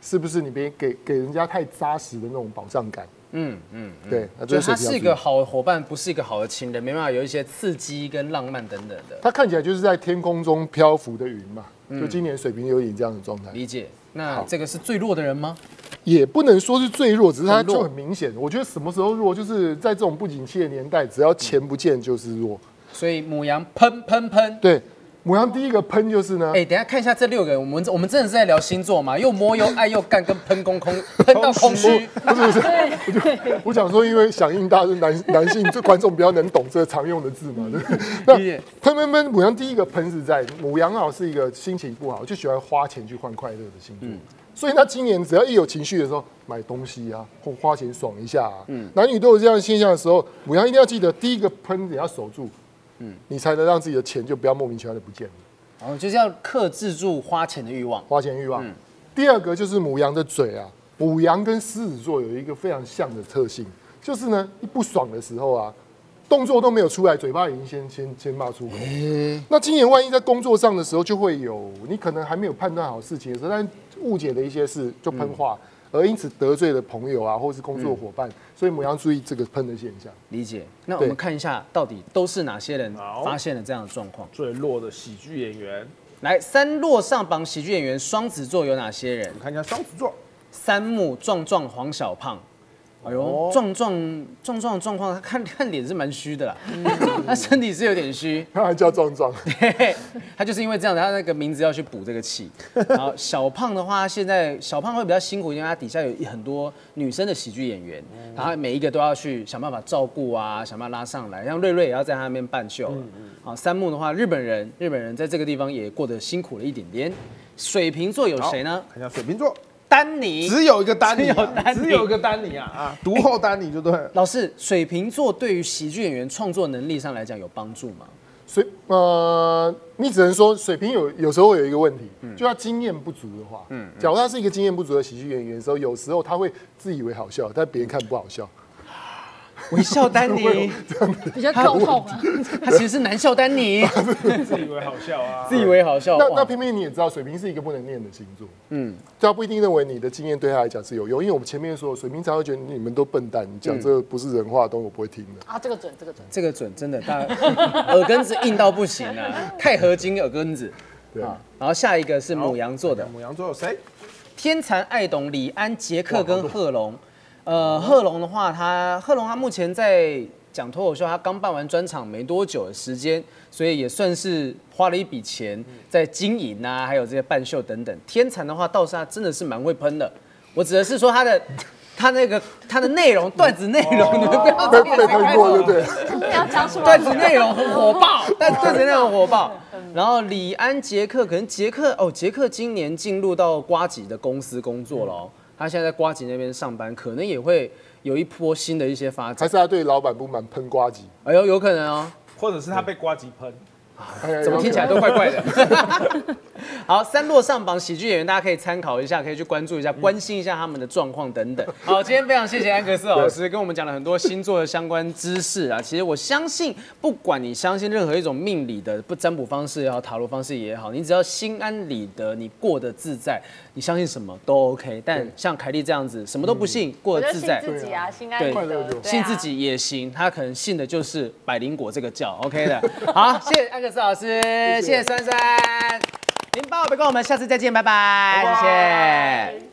Speaker 2: 是不是你别给给人家太扎实的那种保障感。
Speaker 1: 嗯嗯，
Speaker 2: 对，那
Speaker 1: 就
Speaker 2: 这
Speaker 1: 是他
Speaker 2: 水瓶要
Speaker 1: 是一
Speaker 2: 注意
Speaker 1: 个好的伙伴，不是一个好的情人，没办法有一些刺激跟浪漫等等的。
Speaker 2: 它看起来就是在天空中漂浮的云嘛。就今年水瓶有点这样的状态。
Speaker 1: 理解。那这个是最弱的人吗？
Speaker 2: 也不能说是最弱，只是它
Speaker 1: 很弱
Speaker 2: 就很明显。我觉得什么时候弱，就是在这种不景气的年代，只要钱不见就是弱。
Speaker 1: 所以母羊喷喷喷，
Speaker 2: 对，母羊第一个喷就是呢，
Speaker 1: 哎，等一下看一下这六个人，我们我们真的是在聊星座嘛？又摸又爱又干，跟喷空空喷到空虚。
Speaker 2: 我想说，因为响应大是男男性这观众比较能懂这常用的字嘛，对不对？那
Speaker 1: 理解
Speaker 2: 喷喷喷，母羊第一个喷是在母羊好是一个心情不好就喜欢花钱去换快乐的星
Speaker 1: 嗯
Speaker 2: 座，所以他今年只要一有情绪的时候买东西
Speaker 1: 嗯
Speaker 2: 啊，或花钱爽一下啊，男女都有这样的现象的时候，母羊一定要记得第一个喷你要守住，
Speaker 1: 嗯
Speaker 2: 你才能让自己的钱就不要莫名其妙的不见了。
Speaker 1: 哦，就是要克制住花钱的欲望。
Speaker 2: 花钱欲望。第二个就是母羊的嘴啊，母羊跟狮子座有一个非常像的特性，就是呢，一不爽的时候啊，动作都没有出来，嘴巴已经先先先骂出口。那今年万一在工作上的时候，就会有你可能还没有判断好事情的时候，但误解的一些事就喷话，而因此得罪了朋友啊，或是工作伙伴，所以母羊注意这个喷的现象。
Speaker 1: 理解。那我
Speaker 2: 对
Speaker 1: 们看一下，到底都是哪些人
Speaker 3: 好
Speaker 1: 发现了这样的状况？
Speaker 3: 最弱的喜剧演员，
Speaker 1: 来，三落上榜喜剧演员双子座有哪些人
Speaker 3: 我？看一下双子座，
Speaker 1: 三木、壮壮、黄小胖。哎呦，壮壮壮壮的状况，他看看脸是蛮虚的啦， 他身体是有点虚，
Speaker 2: 他还叫壮壮，
Speaker 1: 嘿嘿 他就是因为这样，他那个名字要去补这个气。然 后小胖的话，现在小胖会比较辛苦，因为他底下有很多女生的喜剧演员，然后每一个都要去想办法照顾啊，想办法拉上来。像瑞瑞也要在他那边办秀了。好，三木的话，日本人，日本人在这个地方也过得辛苦了一点点。水瓶座有谁呢？
Speaker 3: 看一下水瓶座，
Speaker 1: 丹尼。
Speaker 3: 只有一个丹尼啊，
Speaker 1: 只有丹尼
Speaker 3: 只有一个丹尼啊啊，独后丹尼就对了。
Speaker 1: 哎 老师，水瓶座对于喜剧演员创作能力上来讲有帮助 吗？
Speaker 2: 水呃，你只能说水平有有时候有一个问题，
Speaker 1: 嗯
Speaker 2: 就他经验不足的话，嗯，假如他是一个经验不足的喜剧演员的时候，有时候他会自以为好笑，但别人看不好笑。
Speaker 1: 哦微笑丹尼，
Speaker 5: 比较高亢啊。
Speaker 1: 他其实是男笑丹 尼，
Speaker 3: 自以为好笑啊，
Speaker 1: 自以为好笑。
Speaker 2: 那
Speaker 1: 哇
Speaker 2: 那偏偏你也知道，水瓶是一个不能念的星座，嗯，就他不一定认为你的经验对他来讲是有用，因为我们前面说，水瓶常会觉得你们都笨蛋，你
Speaker 1: 嗯
Speaker 2: 讲这个不是人话的东西我不会听的。
Speaker 4: 啊，这个准，这个准。
Speaker 1: 这个准真的，大 耳根子硬到不行啊，钛合金耳根子。
Speaker 2: 对
Speaker 1: 啊，然后下一个是母羊座的
Speaker 3: 母羊座有谁？
Speaker 1: 天蚕、爱董、李安、杰克跟贺龙。呃，贺龙的话，他贺龙他目前在讲脱口秀，他刚办完专场没多久的时间，所以也算是花了一笔钱在经营啊，还有这些办秀等等。天蚕的话，倒是他真的是蛮会喷的，我指的是说他的。他那个他的内容段子内容，你们不要
Speaker 2: 被
Speaker 1: 这个
Speaker 2: 被喷过，对不对？
Speaker 4: 你要讲什 么？
Speaker 1: 段子内容很火爆，但 段子内容火爆。 然后李安、杰克，可能杰克哦，杰克今年进入到瓜吉的公司工作了、哦，他现在在瓜吉那边上班，可能也会有一波新的一些发
Speaker 2: 还
Speaker 1: 展。
Speaker 2: 是他对老板不满，喷瓜机？
Speaker 1: 哎呦，有可能哦，
Speaker 3: 或者是他被瓜吉喷？
Speaker 2: 哎
Speaker 1: 怎么听起来都怪怪的。 好，三落上榜喜剧演员，大家可以参考一下，可以去关注一下，关心一下他们的状况等等。好，今天非常谢谢安格斯老师跟我们讲了很多星座的相关知识啊。其实我相信，不管你相信任何一种命理的不占卜方式也好，塔罗方式也好，你只要心安理得，你过得自在，你相信什么都 OK。但像凯莉这样子，什么都不信，过
Speaker 4: 我
Speaker 1: 得
Speaker 4: 就
Speaker 1: 自
Speaker 4: 信
Speaker 1: 在。
Speaker 4: 自己啊，心安
Speaker 1: 对
Speaker 4: 理得，对啊
Speaker 1: 信自。己也行，他可能信的就是百灵果这个教，OK 的。 好，谢谢安克斯老师，谢谢珊珊，您帮我别跟我们下次再见，拜拜，谢谢。